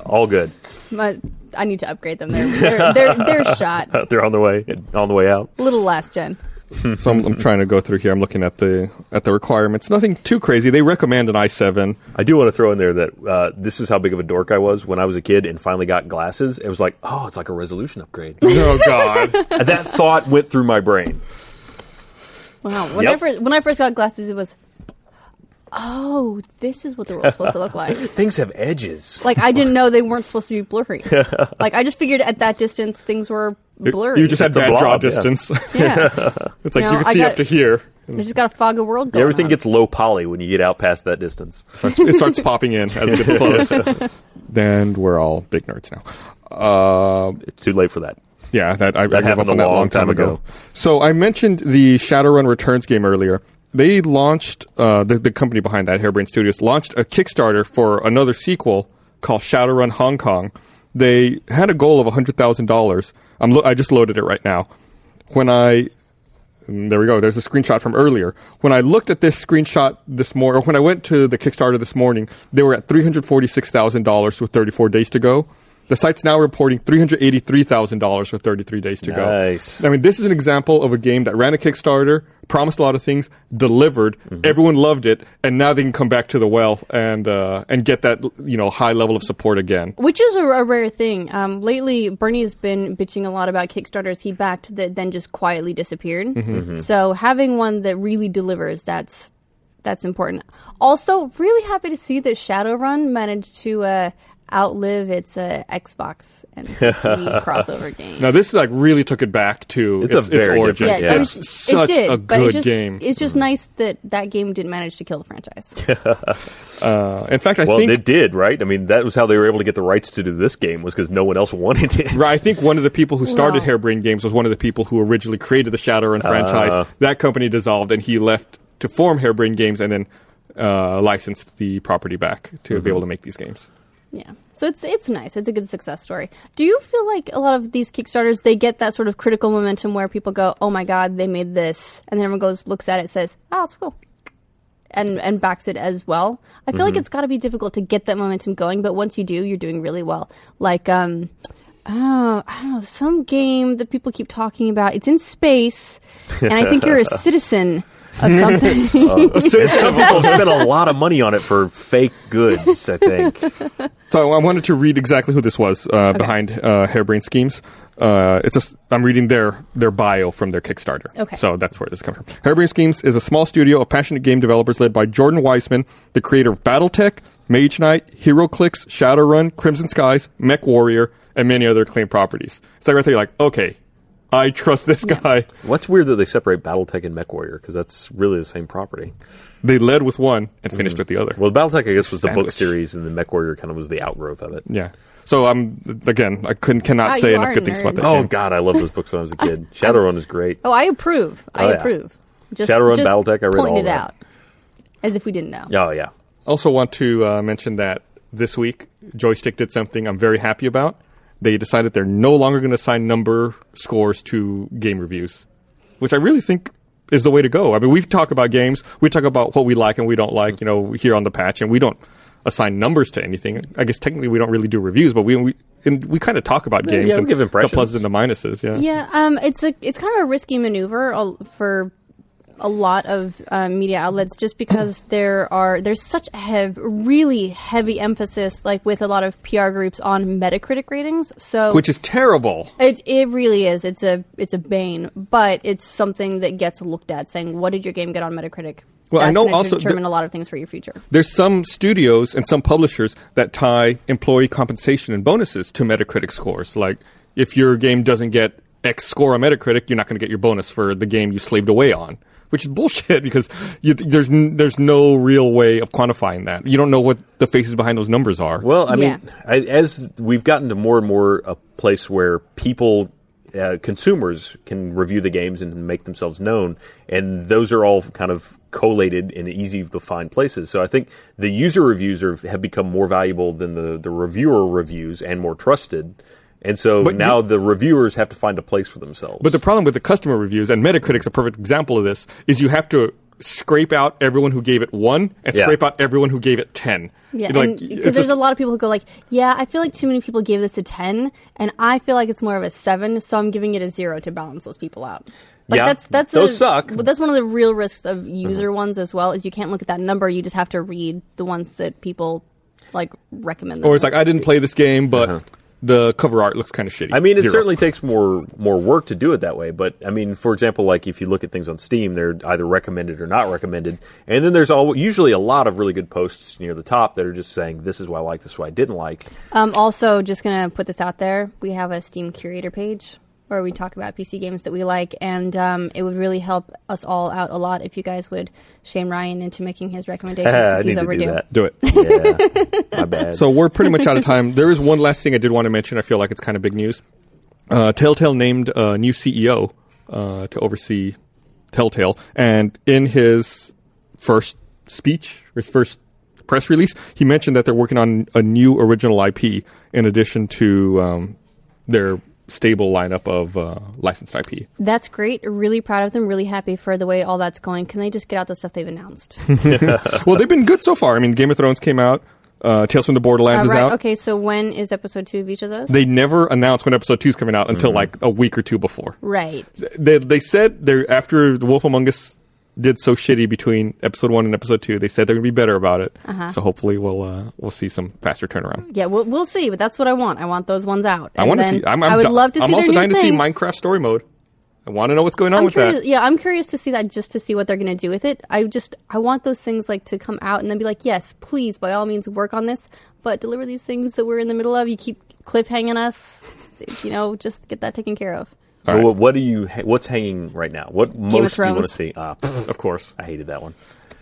All good. my I need to upgrade them. They're they're, they're, they're shot. A They're on the way on the way out. little last gen. So I'm, I'm trying to go through here. I'm looking at the at the requirements. Nothing too crazy. They recommend an i7. I do want to throw in there that uh, this is how big of a dork I was when I was a kid and finally got glasses. It was like, oh, it's like a resolution upgrade. Oh God. that thought went through my brain. Wow. When I Yep. first when I first got glasses, it was, oh, this is what the world's supposed to look like. Things have edges. Like I didn't know they weren't supposed to be blurry. like I just figured at that distance things were blurry. You just had It's a bad draw blob, yeah. distance. yeah. it's like No, you could I see got- up to here. I just got a fog of world going. Everything on. gets low poly when you get out past that distance. it starts popping in as it gets close. then we're all big nerds now. Uh, It's too late for that. yeah, that I, I gave up happened on a that long long time time ago. ago. So I mentioned the Shadowrun Returns game earlier. They launched uh, the, the company behind that, Hairbrain Studios, launched a Kickstarter for another sequel called Shadowrun Hong Kong. They had a goal of hundred thousand dollars. I'm lo- I just loaded it right now. When I and there we go. There's a screenshot from earlier. When I looked at this screenshot this morning, or when I went to the Kickstarter this morning, they were at three hundred forty-six thousand dollars with thirty-four days to go. The site's now reporting three hundred eighty-three thousand dollars with thirty-three days to go. Nice. I mean, this is an example of a game that ran a Kickstarter, promised a lot of things, delivered. Mm-hmm. Everyone loved it, and now they can come back to the well and uh, and get that you know high level of support again. Which is a, a rare thing. Um, lately, Bernie has been bitching a lot about Kickstarters he backed that then just quietly disappeared. Mm-hmm. So having one that really delivers, that's that's important. Also, really happy to see that Shadowrun managed to uh, outlive its uh, Xbox and PC crossover game. Now, this like really took it back to It's its, a its very origin. different it Yeah. was- It's such it did, a but it's good just, game. It's just nice that that game didn't manage to kill the franchise. Uh, in fact, I Well, think they did, right? I mean, that was how they were able to get the rights to do this game was because no one else wanted it. Right, I think one of the people who started Well- Hairbrain Games was one of the people who originally created the Shadowrun franchise. That company dissolved, and he left to form Hairbrain Games, and then uh, licensed the property back to be able to make these games. Yeah. So it's it's nice. It's a good success story. Do you feel like a lot of these Kickstarters they get that sort of critical momentum where people go, "Oh my god, they made this." And then everyone goes looks at it says, "Ah, it's cool." And and backs it as well. I feel like it's got to be difficult to get that momentum going, but once you do, you're doing really well. Like um Oh, I don't know. Some game that people keep talking about. It's in space, and I think you're a citizen of something. And some people spent a lot of money on it for fake goods, I think. So I wanted to read exactly who this was uh, behind uh, Hairbrain Schemes. Uh, it's a s- I'm reading their their bio from their Kickstarter. Okay. So that's where this comes from. Hairbrain Schemes is a small studio of passionate game developers led by Jordan Weissman, the creator of BattleTech, Mage Knight, HeroClix, Shadowrun, Crimson Skies, Mech Warrior, and many other acclaimed properties. So right there, you're like, okay, I trust this guy. What's weird that they separate BattleTech and MechWarrior because that's really the same property. They led with one and finished with the other. Mm. Hmm. Well, BattleTech, I guess, was the book Sandwich. series, and the MechWarrior kind of was the outgrowth of it. yeah. So I'm again, I couldn't cannot Wow, say Ah, you enough are good a things about nerd. that. Oh game. God, I loved those books when I was a kid. Shadowrun is great. Oh, I approve. I Oh, yeah. approve. Just, Shadowrun, just Battletech, I read point all it that. out as if we didn't know. Oh yeah, Also, want to uh, mention that this week Joystick did something I'm very happy about. They decided they're no longer going to assign number scores to game reviews, which I really think is the way to go. I mean, we talk about games, we talk about what we like and we don't like, you know, here on the patch, and we don't assign numbers to anything. I guess technically we don't really do reviews, but we we, and we kind of talk about games yeah, we and give the impressions. pluses and the minuses. Yeah, Yeah, um, it's a it's kind of a risky maneuver al- for a lot of uh, media outlets just because there are there's such a hev- really heavy emphasis like with a lot of PR groups on Metacritic ratings. So which is terrible. It it really is. It's a it's a bane, but it's something that gets looked at. Saying what did your game get on Metacritic? Well, I That's know gonna also the- determine a lot of things for your future. There's some studios and some publishers that tie employee compensation and bonuses to Metacritic scores. Like, if your game doesn't get X score on Metacritic, you're not going to get your bonus for the game you slaved away on, which is bullshit because you, there's n- there's no real way of quantifying that. You don't know what the faces behind those numbers are. Well, I Yeah. mean, I, as we've gotten to more and more a place where people, uh, consumers, can review the games and make themselves known, and those are all kind of collated in easy to find places. So I think the user reviews are, have become more valuable than the, the reviewer reviews and more trusted. And so But now the reviewers have to find a place for themselves. But the problem with the customer reviews, and Metacritic's a perfect example of this, is you have to scrape out everyone who gave it one and Yeah. scrape out everyone who gave it ten. Yeah, It, like, because it's there's just- a lot of people who go like, "Yeah, I feel like too many people gave this a ten, and I feel like it's more of a seven, so I'm giving it a zero to balance those people out." Like Yeah. that's that's Those a, suck. Mm-hmm. But that's one of the real risks of user ones as well is you can't look at that number; you just have to read the ones that people like recommend. the or it's like most. I didn't play this game, but the cover art looks kind of shitty. Uh-huh. I mean, it Zero. certainly takes more more work to do it that way. But I mean, for example, like if you look at things on Steam, they're either recommended or not recommended. And then there's all usually a lot of really good posts near the top that are just saying this is why I like, this is why I didn't like. Um, also, just gonna put this out there: we have a Steam curator page where we talk about PC games that we like, and um, it would really help us all out a lot if you guys would shame Ryan into making his recommendations I because need he's to overdue. do that. do it. Yeah, my bad. So we're pretty much out of time. There is one last thing I did want to mention. I feel like it's kind of big news. Uh, Telltale named a new CEO uh, to oversee Telltale, and in his first speech, his first press release, he mentioned that they're working on a new original IP in addition to um, their stable lineup of uh, licensed IP. That's great. Really proud of them. Really happy for the way all that's going. Can they just get out the stuff they've announced? well, they've been good so far. I mean, Game of Thrones came out, uh, Tales from the Borderlands Uh, is right. out. Okay. So when is episode two of each of those? They never announced when episode two's coming out until like a week or two before. right. they they said they're after the Wolf Among Us did so shitty between episode one and episode two. They said they're gonna be better about it. Uh-huh. So hopefully we'll uh, we'll see some faster turnaround. Yeah. We'll, we'll see. But that's what I want. I want those ones out. I And want to then see. I'm, I'm I would di- love to I'm see also their new dying to see thing. Minecraft story mode. I want to know what's going on I'm with curious, that. yeah, I'm curious to see that just to see what they're going to do with it. I just I want those things like to come out and then be like, yes, please, by all means, work on this, but deliver these things that we're in the middle of. You keep cliffhanging us, you know, just get that taken care of. All But right. what, what do you? ha- What's hanging right now? What most do you want to Thrones. see? Ah, pff, Of course. I hated that one.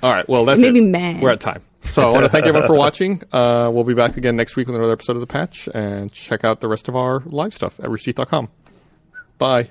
All right. Well, that's It made it. me mad. We're at time. So I want to thank everyone for watching. Uh, we'll be back again next week with another episode of the Patch, and check out the rest of our live stuff at roosterteeth.com. Bye.